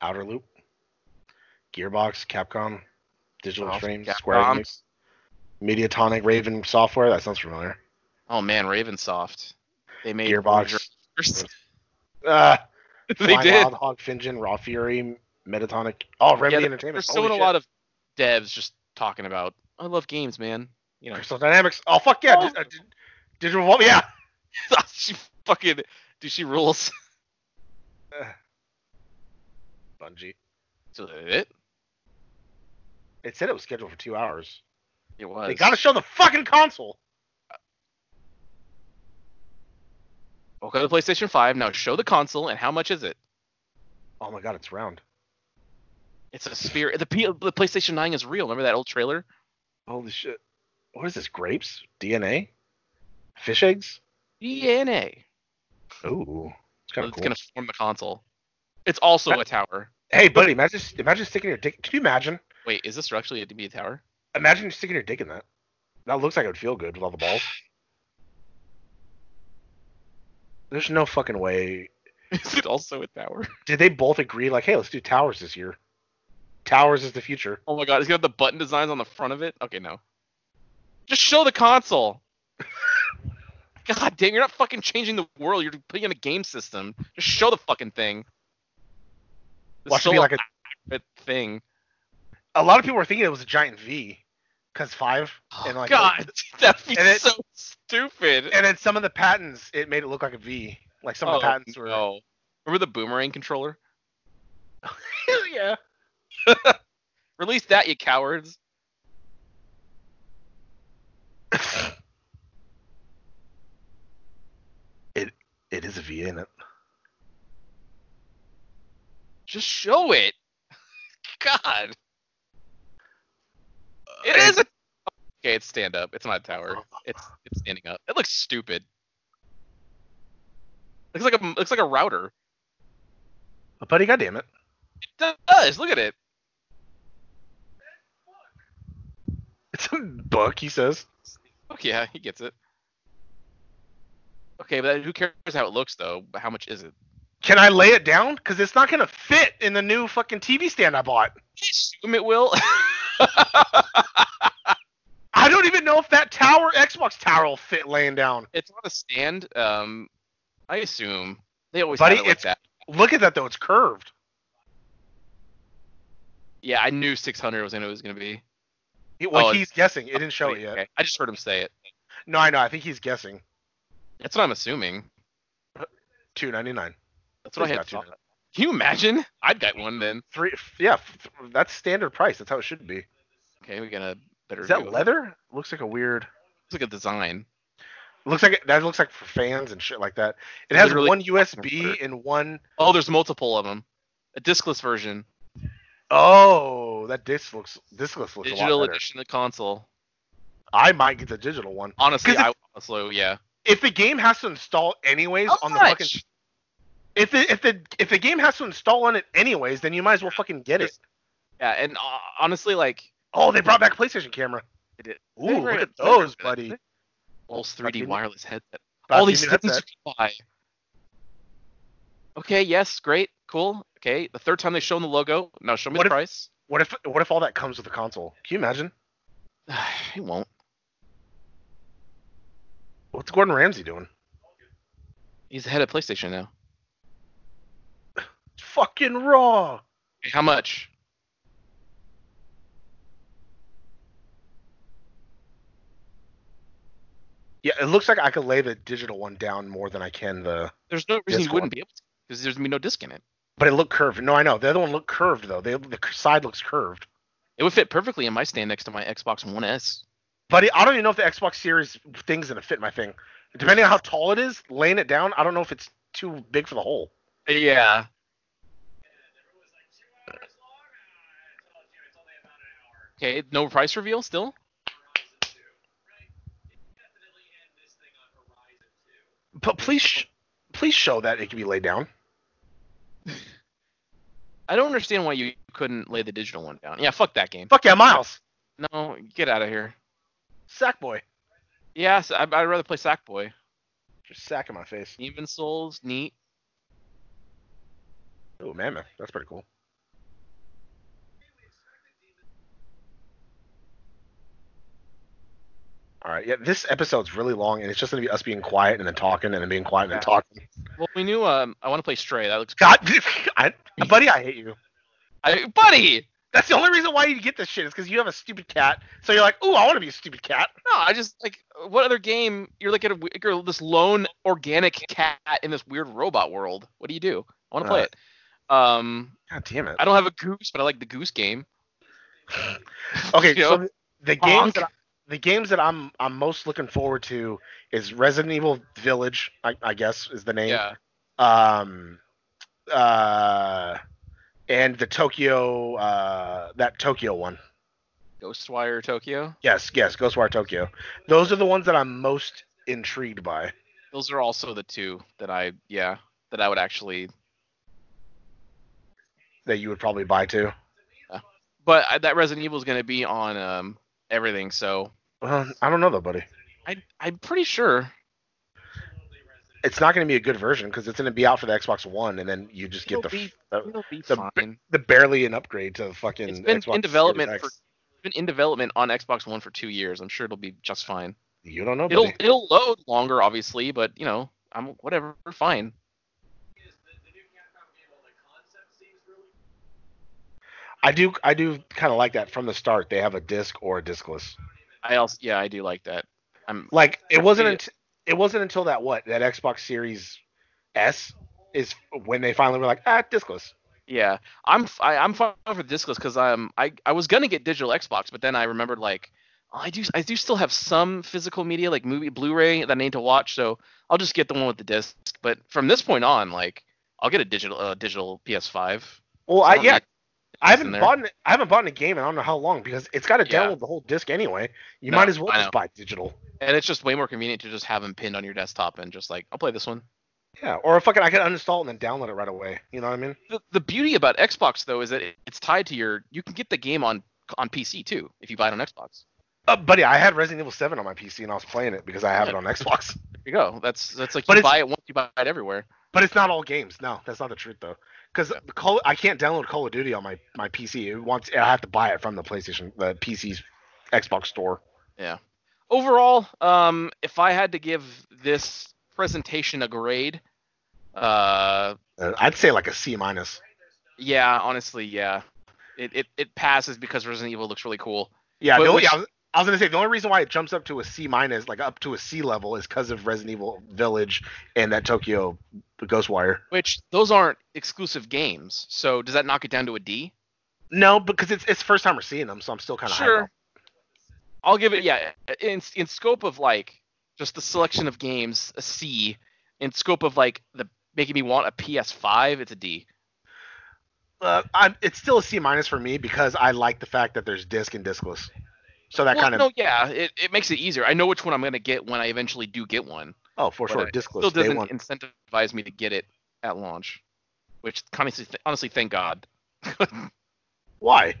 S3: Outer Loop. Gearbox, Capcom, Digital
S4: Oh,
S3: Extremes,
S4: Capcom.
S3: Square Enix, Mediatonic, Raven Software. That sounds familiar.
S4: Oh man, Ravensoft. They made
S3: Gearbox.
S4: Rangers.
S3: Uh,
S4: they
S3: Flying
S4: did.
S3: Wild Hog, Finjen, Raw Fury, Metatonic. Oh, Remedy
S4: Yeah,
S3: Entertainment.
S4: There's
S3: Holy
S4: still a
S3: shit.
S4: lot of devs just talking about. I love games, man. You know,
S3: Crystal Dynamics. Oh fuck yeah.
S4: Oh.
S3: Di- uh, di- Digital Vault. Yeah.
S4: she fucking, dude, she rules.
S3: Bungie.
S4: So it,
S3: It said it was scheduled for two hours.
S4: it was.
S3: They gotta show the fucking console.
S4: Well, go to the PlayStation 5. Now show the console and how much is it?
S3: Oh my god, it's round.
S4: It's a spirit. The, P- the PlayStation 9 is real. Remember that old trailer?
S3: Holy shit. What is this? Grapes? DNA? Fish eggs?
S4: DNA.
S3: Ooh. It's kind
S4: It's
S3: of cool.
S4: gonna form the console. It's also
S3: That-
S4: a tower.
S3: Hey, buddy, imagine imagine sticking your dick. Can you imagine?
S4: Wait, is this actually to be a tower?
S3: Imagine sticking your dick in that. That looks like it would feel good with all the balls. There's no fucking way.
S4: is it also a tower?
S3: Did they both agree? Like, hey, let's do towers this year. Towers is the future.
S4: Oh my god, it's gonna have the button designs on the front of it. Okay, no. Just show the console. god damn, you're not fucking changing the world. You're putting in a game system. Just show the fucking thing. This
S3: Watch it be
S4: solo
S3: like a.
S4: outfit thing.
S3: A lot of people were thinking it was a giant V, cause five. And like,
S4: Oh, god, that'd be
S3: and it-
S4: so stupid.
S3: and then some of the patents, it made it look like a V. Like some of the
S4: Oh,
S3: patents were.
S4: no. Remember the boomerang controller?
S3: yeah.
S4: Release that, you cowards.
S3: It is a V, isn't it?
S4: Just show it. God. It
S3: Uh, Oh.
S4: is a Okay, it's stand up. It's not a tower. It's it's standing up. It looks stupid. Looks like a looks like a router.
S3: Buddy, goddamn it.
S4: It does. Look at it.
S3: some book. He says,
S4: Fuck yeah, he gets it. Okay, but who cares how it looks though? How much is it?
S3: "Can I lay it down? Because it's not gonna fit in the new fucking TV stand I bought.
S4: Assume it will.
S3: I don't even know if that tower Xbox tower will fit laying down.
S4: it's on a stand. Um, I assume they always
S3: Buddy,
S4: had it like
S3: it's-
S4: that.
S3: Look at that though; it's curved.
S4: Yeah, I knew 600 was in it was gonna be.
S3: He- well,
S4: Oh,
S3: he's guessing. It didn't show it
S4: Okay,
S3: yet.
S4: okay. I just heard him say it.
S3: No, I know. I think he's guessing.
S4: That's what I'm assuming.
S3: Two ninety nine.
S4: That's what I
S3: He's
S4: had.
S3: got
S4: thought. Can you imagine? I'd get one then.
S3: Three. f- Yeah, f- that's standard price. That's how it should be.
S4: Okay, we got a better.
S3: Is that
S4: view.
S3: leather? Looks like a weird.
S4: Looks like a design.
S3: Looks like that looks like for fans and shit like that. It has
S4: Literally-
S3: one USB and one
S4: Oh, there's multiple of them. A discless version,
S3: oh that disc looks discless looks a
S4: digital
S3: lot better.
S4: edition of the console.
S3: I might get the digital one.
S4: Honestly,
S3: 'Cause
S4: I also yeah.
S3: If the game has to install anyways
S4: How
S3: on the
S4: much?
S3: fucking if the if the if the game has to install on it anyways, then you might as well fucking get it.
S4: Yeah, and uh, honestly, like
S3: Oh, they brought back a PlayStation camera.
S4: They did.
S3: Ooh,
S4: They
S3: look
S4: really-
S3: at
S4: they really
S3: those,
S4: did.
S3: buddy.
S4: Pulse 3D
S3: Fucking-
S4: wireless headset. All these things you can buy. Okay, yes, great, cool. Okay, the third time they shown the logo. Now show me
S3: What
S4: the
S3: if-
S4: price.
S3: What if what if all that comes with a console? Can you imagine?
S4: it won't.
S3: What's Gordon Ramsay doing?
S4: He's the head of PlayStation now.
S3: It's fucking raw.
S4: Okay, how much?
S3: Yeah, it looks like I could lay the digital one down more than I can the.
S4: There's no reason
S3: Disc
S4: you wouldn't be able to, because there's gonna be no disc in it.
S3: But it looked curved. No, I know the other one looked curved though. They, the side looks curved.
S4: It would fit perfectly in my stand next to my Xbox One S.
S3: But I don't even know if the Xbox Series thing's gonna fit my thing. Depending on how tall it is, laying it down, I don't know if it's too big for the hole.
S4: Yeah. Okay, no price reveal still?
S3: But please, sh- please show that it can be laid down.
S4: I don't understand why you couldn't lay the digital one down. Yeah, fuck that game.
S3: Fuck yeah, Miles,
S4: No, get out of here.
S3: Sackboy,
S4: Yeah, so I, I'd rather play Sackboy.
S3: just sack in my face.
S4: Demon Souls, neat.
S3: Oh man, man, that's pretty cool. All right, yeah, this episode's really long, and it's just gonna be us being quiet and then talking and then being quiet and then
S4: Yeah.
S3: talking.
S4: Well, we knew. Um, I want to play Stray. That looks.
S3: God, I, buddy, I hate you.
S4: I, buddy.
S3: That's the only reason why you get this shit is because you have a stupid cat. So you're like, ooh, I want to be a stupid cat.
S4: No, I just like. What other game? You're like at a, you're this lone organic cat in this weird robot world. What do you do? I want to play
S3: Uh.
S4: it. Um,
S3: God damn it.
S4: I don't have a goose, but I like the goose game.
S3: Okay,
S4: you
S3: so
S4: know?
S3: the- the games
S4: Honk.
S3: that I, the games that I'm I'm most looking forward to is Resident Evil Village, I, I guess is the name.
S4: Yeah.
S3: Um, uh, and the Tokyo, uh, that Tokyo one.
S4: Ghostwire Tokyo.
S3: Yes, yes, Ghostwire Tokyo. Those are the ones that I'm most intrigued by.
S4: Those are also the two that I yeah that I would actually.
S3: That you would probably buy too.
S4: But I, that Resident Evil is gonna be on um everything, so
S3: Well, I don't know though, buddy.
S4: I I'm pretty sure.
S3: It's not going to be a good version because it's going to be out for the Xbox One, and then you just get the
S4: It'll be-
S3: uh,
S4: It'll be
S3: The bi-
S4: fine.
S3: the barely an upgrade to the fucking.
S4: It's been
S3: Xbox
S4: in development
S3: Series
S4: for
S3: X.
S4: it's been in development on Xbox One for two years. I'm sure it'll be just fine.
S3: You don't know,
S4: It'll
S3: buddy.
S4: it'll load longer, obviously, but you know, I'm whatever, we're fine.
S3: I do. I do kind of like that from the start. They have a disc or a discless.
S4: I also yeah, I do like that. I'm
S3: Like it wasn't.
S4: Yeah.
S3: unt- it wasn't until that what that Xbox Series S is when they finally were like ah discless.
S4: yeah, I'm f- I, I'm fine for discless because I'm I I was gonna get digital Xbox, but then I remembered like oh, I do I do still have some physical media like movie Blu-ray that I need to watch, so I'll just get the one with the disc. But from this point on, like I'll get a digital uh, digital PS5.
S3: Well,
S4: I
S3: I,
S4: don't
S3: yeah.
S4: need
S3: I haven't
S4: in there.
S3: bought. An, I haven't bought a game in I don't know how long because it's got to
S4: Yeah.
S3: download the whole disc anyway. You
S4: No,
S3: might as well
S4: I
S3: just
S4: know.
S3: buy digital.
S4: And it's just way more convenient to just have them pinned on your desktop and just like, I'll play this one.
S3: Yeah, or fucking I could uninstall it and then download it right away. You know what I mean?
S4: The, the beauty about Xbox though is that it, it's tied to your. You can get the game on on PC too if you buy it on Xbox.
S3: Uh, buddy, I had Resident Evil 7 on my PC and I was playing it because I have it on Xbox.
S4: There you go. That's that's like
S3: But
S4: you
S3: it's-
S4: buy it once, you buy it everywhere.
S3: But it's not all games. No, that's not the truth though. Because Call, I can't download Call of Duty on my, my PC. It wants I have to buy it from the PlayStation, the PC's Xbox store.
S4: Overall, um, if I had to give this presentation a grade, uh,
S3: Uh, I'd say like a C minus.
S4: yeah, honestly, yeah, it, it it passes because Resident Evil looks really cool.
S3: Yeah,
S4: But
S3: the only,
S4: which-
S3: I, was, I was gonna say the only reason why it jumps up to a C minus, like up to a C level, is because of Resident Evil Village and that Tokyo Ghostwire.
S4: Which those aren't exclusive games, so does that knock it down to a D?
S3: No, because it's it's the first time we're seeing them, so I'm still kind of
S4: Sure. I'll give it yeah in in scope of like just the selection of games a C, in scope of like the making me want a PS5 it's a D.
S3: Uh, I'm, it's still a C minus for me because I like the fact that there's disc and discless. So that
S4: Well,
S3: kind of
S4: no yeah it, it makes it easier. I know which one I'm gonna get when I eventually do get one.
S3: oh for
S4: but
S3: sure
S4: it
S3: discless
S4: Still
S3: day
S4: doesn't
S3: one.
S4: incentivize me to get it at launch, which honestly honestly thank God.
S3: Why?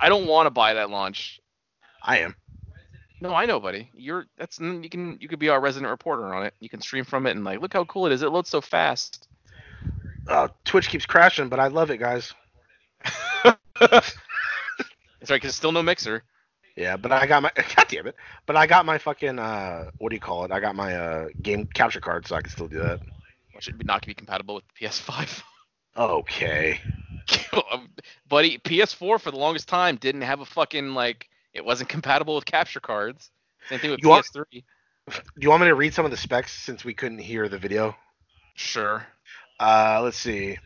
S4: I don't want to buy it at launch.
S3: I am.
S4: No, I know, buddy. You're that's you can you could be our resident reporter on it. You can stream from it and like look how cool it is. It loads so fast.
S3: Uh, Twitch keeps crashing, but I love it, guys.
S4: That's right, 'cause still no mixer.
S3: Yeah, but I got my god damn it. But I got my fucking uh, what do you call it? I got my uh game capture card, so I can still do that.
S4: Which would not be compatible with PS5.
S3: Okay.
S4: Buddy, PS4 for the longest time didn't have a fucking, like, it wasn't compatible with capture cards. Same thing with
S3: You want-
S4: PS3.
S3: Do you want me to read some of the specs since we couldn't hear the video?
S4: Sure.
S3: Uh, let's see.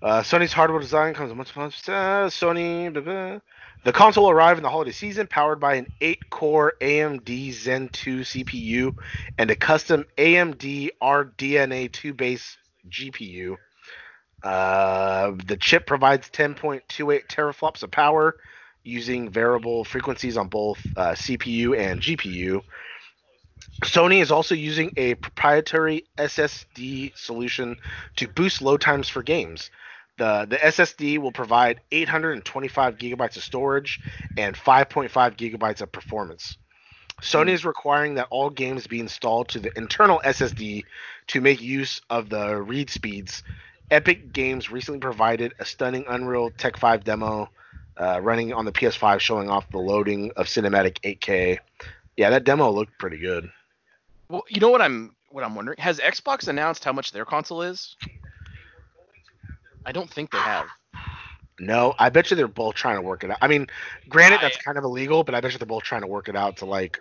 S3: Uh, Sony's hardware design comes with multiple uh, Sony. Blah, blah. The console will arrive in the holiday season, powered by an 8-core AMD Zen 2 CPU and a custom AMD RDNA 2 base GPU. Uh, the chip provides 10.28 teraflops of power using variable frequencies on both uh, CPU and GPU. Sony is also using a proprietary SSD solution to boost load times for games. The, the SSD will provide 825 gigabytes of storage and 5.5 gigabytes of performance. Sony is requiring that all games be installed to the internal SSD to make use of the read speeds. Epic Games recently provided a stunning Unreal Tech 5 demo uh, running on the PS5 showing off the loading of cinematic 8K. Yeah, that demo looked pretty good.
S4: Well, you know what I'm what I'm wondering? Has Xbox announced how much their console is? I don't think they have.
S3: No, I bet you they're both trying to work it out. I mean, granted,
S4: I-
S3: that's kind of illegal, but I bet you they're both trying to work it out to like,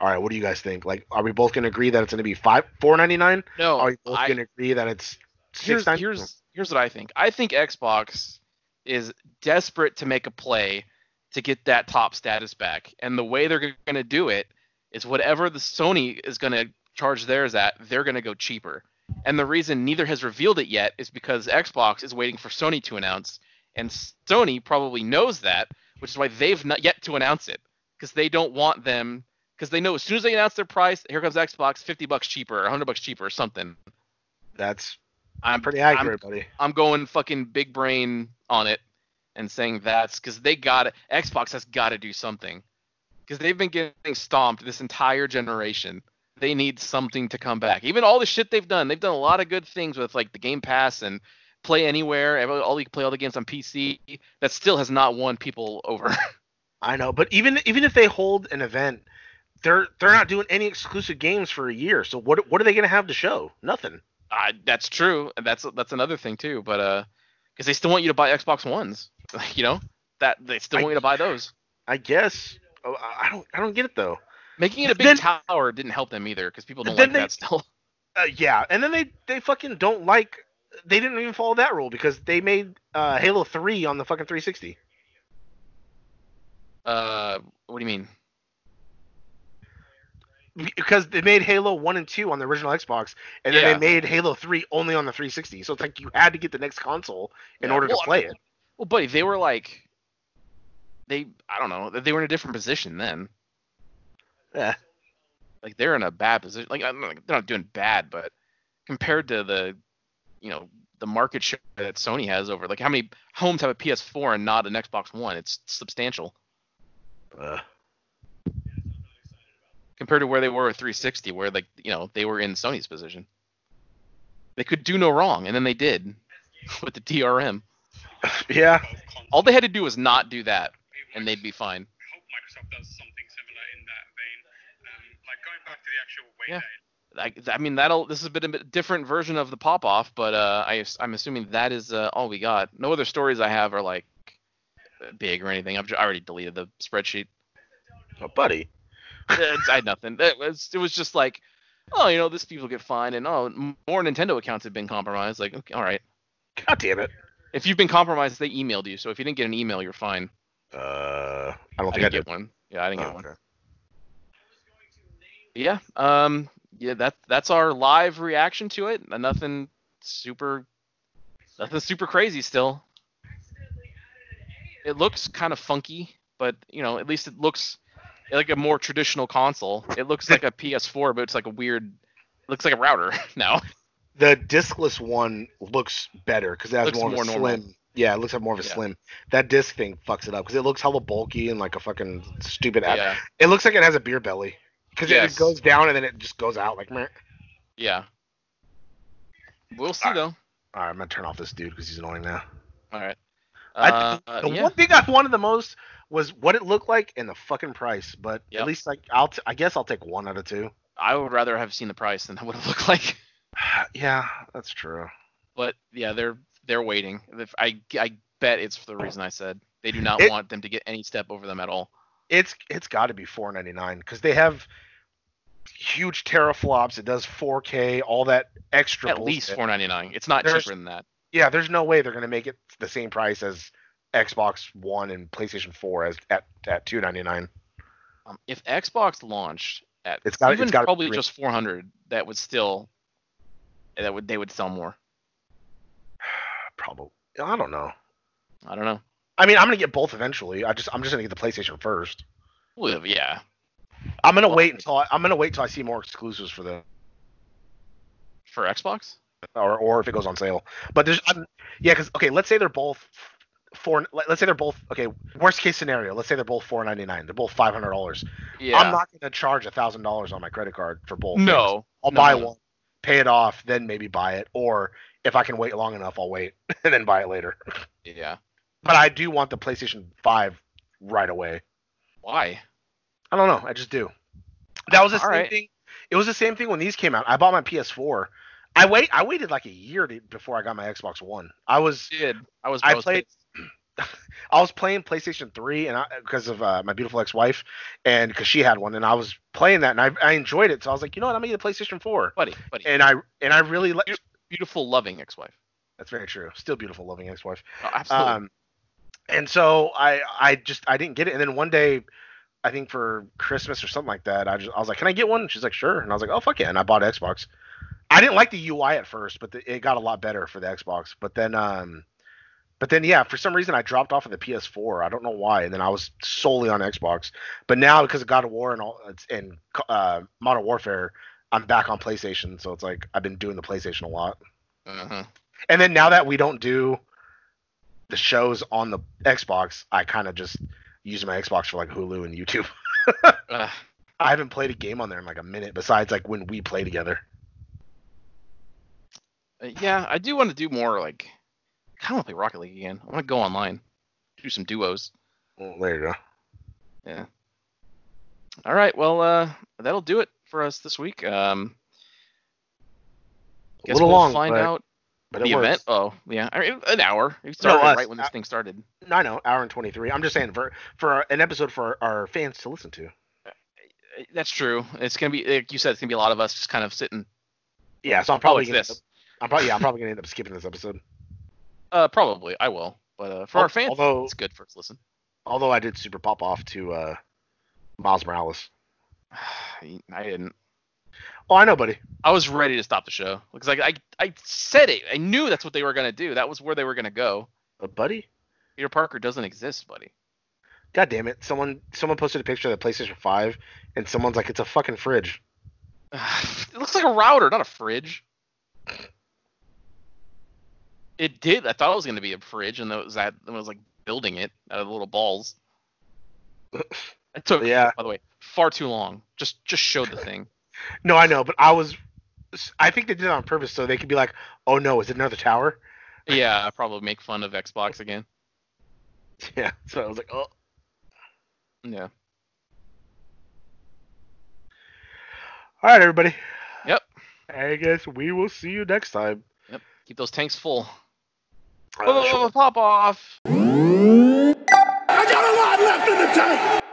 S3: all right, what do you guys think? Like, are we both going to agree that it's going to be five four ninety nine?
S4: No.
S3: Are we both
S4: I-
S3: going to agree that it's six
S4: here's,
S3: ninety?
S4: here's here's what I think. I think Xbox is desperate to make a play to get that top status back, and the way they're going to do it is whatever the Sony is going to charge theirs at, they're going to go cheaper. And the reason neither has revealed it yet is because Xbox is waiting for Sony to announce, and Sony probably knows that, which is why they've not yet to announce it because they don't want them because they know as soon as they announce their price, here comes Xbox, 50 bucks cheaper, or 100 bucks cheaper, or something.
S3: That's
S4: I'm
S3: pretty
S4: I'm-
S3: accurate, buddy.
S4: I'm going fucking big brain on it and saying that's because they got Xbox has got to do something because they've been getting stomped this entire generation. They need something to come back. Even all the shit they've done, they've done a lot of good things with like the Game Pass and Play Anywhere. every- All you can play all the games on PC. That still has not won people over.
S3: I know, but even even if they hold an event, they're they're not doing any exclusive games for a year. So what what are they going to have to show? Nothing.
S4: uh, that's true. and That's that's another thing too. But uh, because they still want you to buy Xbox Ones, you know that they still
S3: I-
S4: want you to buy those.
S3: I guess. Oh, I I don't I don't get it though.
S4: Making it a
S3: Then-
S4: big tower didn't help them either because people don't
S3: Then
S4: like
S3: they-
S4: that still.
S3: Uh, yeah, and then they they fucking don't like. They didn't even follow that rule because they made uh, Halo Three on the fucking 360.
S4: Uh, what do you mean?
S3: Because they made Halo One and Two on the original Xbox, and then
S4: Yeah.
S3: they made Halo Three only on the 360. So it's like you had to get the next console in
S4: Yeah,
S3: order
S4: well,
S3: to play it.
S4: Well, buddy, they were like, they I don't know, they were in a different position then.
S3: Yeah.
S4: Like they're in a bad position. Like, I'm not- like, they're not doing bad, but compared to the, you know, the market share that Sony has over like how many homes have a PS4 and not an Xbox One? It's substantial.
S3: Uh,
S4: compared to where they were at 360, where like you know they were in Sony's position. They could do no wrong, and then they did with the DRM.
S3: Yeah.
S4: All they had to do was not do that, and they'd be fine.
S6: I hope Microsoft does something similar in that vein. Um, like going back to the actual way
S4: Yeah.
S6: that it
S4: I, I mean that'll this has been a bit different version of the pop off, but uh, I I'm assuming that is uh, all we got. No other stories I have are like big or anything. I've j- I already deleted the spreadsheet.
S3: Oh, buddy.
S4: Uh, I had nothing. It was, it was just like, oh, you know, this people get fined, and oh, m- more Nintendo accounts have been compromised. Like, okay, all right,
S3: God damn it.
S4: if you've been compromised, they emailed you. So if you didn't get an email, you're fine.
S3: Uh, I don't
S4: I
S3: think I
S4: didn't
S3: did.
S4: get one. Yeah, I didn't
S3: Oh,
S4: get one.
S3: okay.
S4: Yeah. Um. Yeah. That that's our live reaction to it. Uh, Nothing super. Nothing super crazy still. It looks kind of funky, but you know, at least it looks like a more traditional console. It looks like a PS4, but it's like a weird. Looks like a router now.
S3: The discless one looks better because it has
S4: Looks
S3: more,
S4: more
S3: of a
S4: normal.
S3: slim. Yeah, it looks like more of a
S4: Yeah.
S3: slim. That disc thing fucks it up because it looks hella bulky and like a fucking stupid app.
S4: yeah.
S3: It looks like it has a beer belly because
S4: Yes.
S3: it goes down and then it just goes out like. Meh.
S4: Yeah. We'll see
S3: Alright.
S4: though.
S3: All right, I'm gonna turn off this dude because he's annoying now.
S4: All right.
S3: I-
S4: Uh,
S3: The
S4: yeah.
S3: one thing I wanted the most was what it looked like and the fucking price. But
S4: Yep.
S3: at least like I'll t- I guess I'll take one out of two.
S4: I would rather have seen the price than what it looked like.
S3: yeah, that's true.
S4: But yeah, they're they're waiting. If- I I bet it's for the reason I said they do not
S3: It-
S4: want them to get any step over them at all.
S3: It's it's got to be 4.99 because they have huge teraflops. It does 4K, all that extra.
S4: At least
S3: bullshit.
S4: four ninety nine. It's not
S3: There's-
S4: cheaper than that.
S3: yeah, there's no way they're gonna make it the same price as Xbox One and PlayStation 4 as at at 2.99.
S4: Um, if Xbox launched at
S3: It's gotta-
S4: even
S3: it's gotta be
S4: probably
S3: real.
S4: just four hundred, that would still that would they would sell more.
S3: Probably. I don't know.
S4: I don't know.
S3: I mean, I'm gonna get both eventually. I just I'm just gonna get the PlayStation first.
S4: Well, yeah,
S3: I'm gonna wait until I, I'm gonna wait until I see more exclusives for the
S4: for Xbox.
S3: or or if it goes on sale. But there's I'm, yeah, because okay, let's say they're both four. let- Let's say they're both okay. Worst case scenario, let's say they're both four ninety nine. They're both five hundred dollars.
S4: Yeah.
S3: I'm not gonna charge a thousand dollars on my credit card for both. things.
S4: no.
S3: I'll
S4: no,
S3: buy
S4: no.
S3: one, pay it off, then maybe buy it. Or if I can wait long enough, I'll wait and then buy it later.
S4: Yeah.
S3: But I do want the PlayStation Five right away.
S4: Why?
S3: I don't know. I just do. That was the
S4: All
S3: same
S4: right.
S3: thing. It was the same thing when these came out. I bought my PS4. I wait. I waited like a year to, before I got my Xbox One. I was
S4: Did I was
S3: I
S4: was
S3: played- I was playing PlayStation 3 and because of uh, my beautiful ex-wife and because she had one and I was playing that and I, I enjoyed it. So I was like, you know what? I'm gonna get a PlayStation 4.
S4: buddy, buddy,
S3: And I and I really like.
S4: beautiful, loving ex-wife.
S3: That's very true. Still beautiful, loving ex-wife.
S4: Oh, absolutely.
S3: Um, and so I I just I didn't get it. And then one day, I think for Christmas or something like that, I just I was like, can I get one? And she's like, sure. And I was like, oh fuck yeah. And I bought an Xbox. I didn't like the UI at first, but the, it got a lot better for the Xbox. But then um, but then yeah, for some reason I dropped off of the PS4. I don't know why. And then I was solely on Xbox. But now because of God of War and all it's- and uh, Modern Warfare. I'm back on PlayStation, so it's like I've been doing the PlayStation a lot.
S4: uh-huh.
S3: And then now that we don't do the shows on the Xbox, I kind of just use my Xbox for like Hulu and YouTube.
S4: Ugh.
S3: I haven't played a game on there in like a minute besides like when we play together.
S4: Uh, yeah, I do want to do more like I kind of want to play Rocket League again. I want to go online, do some duos.
S3: Well, there you go.
S4: All right, well, uh, that'll do it for us this week. Um,
S3: A
S4: guess
S3: little
S4: we'll
S3: long,
S4: find
S3: but-
S4: out
S3: But
S4: the
S3: it works.
S4: event. Oh, yeah, I mean, an hour. It started
S3: us.
S4: right when this thing started.
S3: No, I know, hour and 23. I'm just saying for for an episode for our, our fans to listen to.
S4: Uh, That's true. It's gonna be like you said. It's gonna be a lot of us just kind of sitting.
S3: Yeah, so I'm
S4: Oh,
S3: probably
S4: it's
S3: gonna
S4: this.
S3: I'm probably yeah, I'm probably gonna end up skipping this episode.
S4: Uh, probably I will. But uh, for
S3: Al-
S4: our fans,
S3: although-
S4: it's good for us to listen.
S3: Although I did super pop off to uh Miles Morales.
S4: I didn't.
S3: Oh, I know, buddy.
S4: I was ready to stop the show because like I I said it. I knew that's what they were gonna do. That was where they were gonna go.
S3: Uh, buddy.
S4: Peter Parker doesn't exist, buddy.
S3: God damn it. Someone someone posted a picture of the PlayStation 5 and someone's like it's a fucking fridge.
S4: it looks like a router, not a fridge. It did. I thought it was gonna be a fridge, and then it was that. Then I was like building it out of little balls. It took,
S3: Yeah.
S4: by the way,
S7: far too long. Just just show the thing.
S3: No, I know, but I was. I think they did it on purpose so they could be like, "Oh no, is it another tower?"
S7: yeah, probably make fun of Xbox again.
S3: Yeah. So I was like, "Oh."
S7: Yeah.
S3: All right, everybody.
S7: Yep.
S3: I guess we will see you next time.
S7: Keep those tanks full.
S3: Uh,
S7: Whoa, whoa,
S3: sure.
S7: whoa, pop off.
S2: I got a lot left in the tank.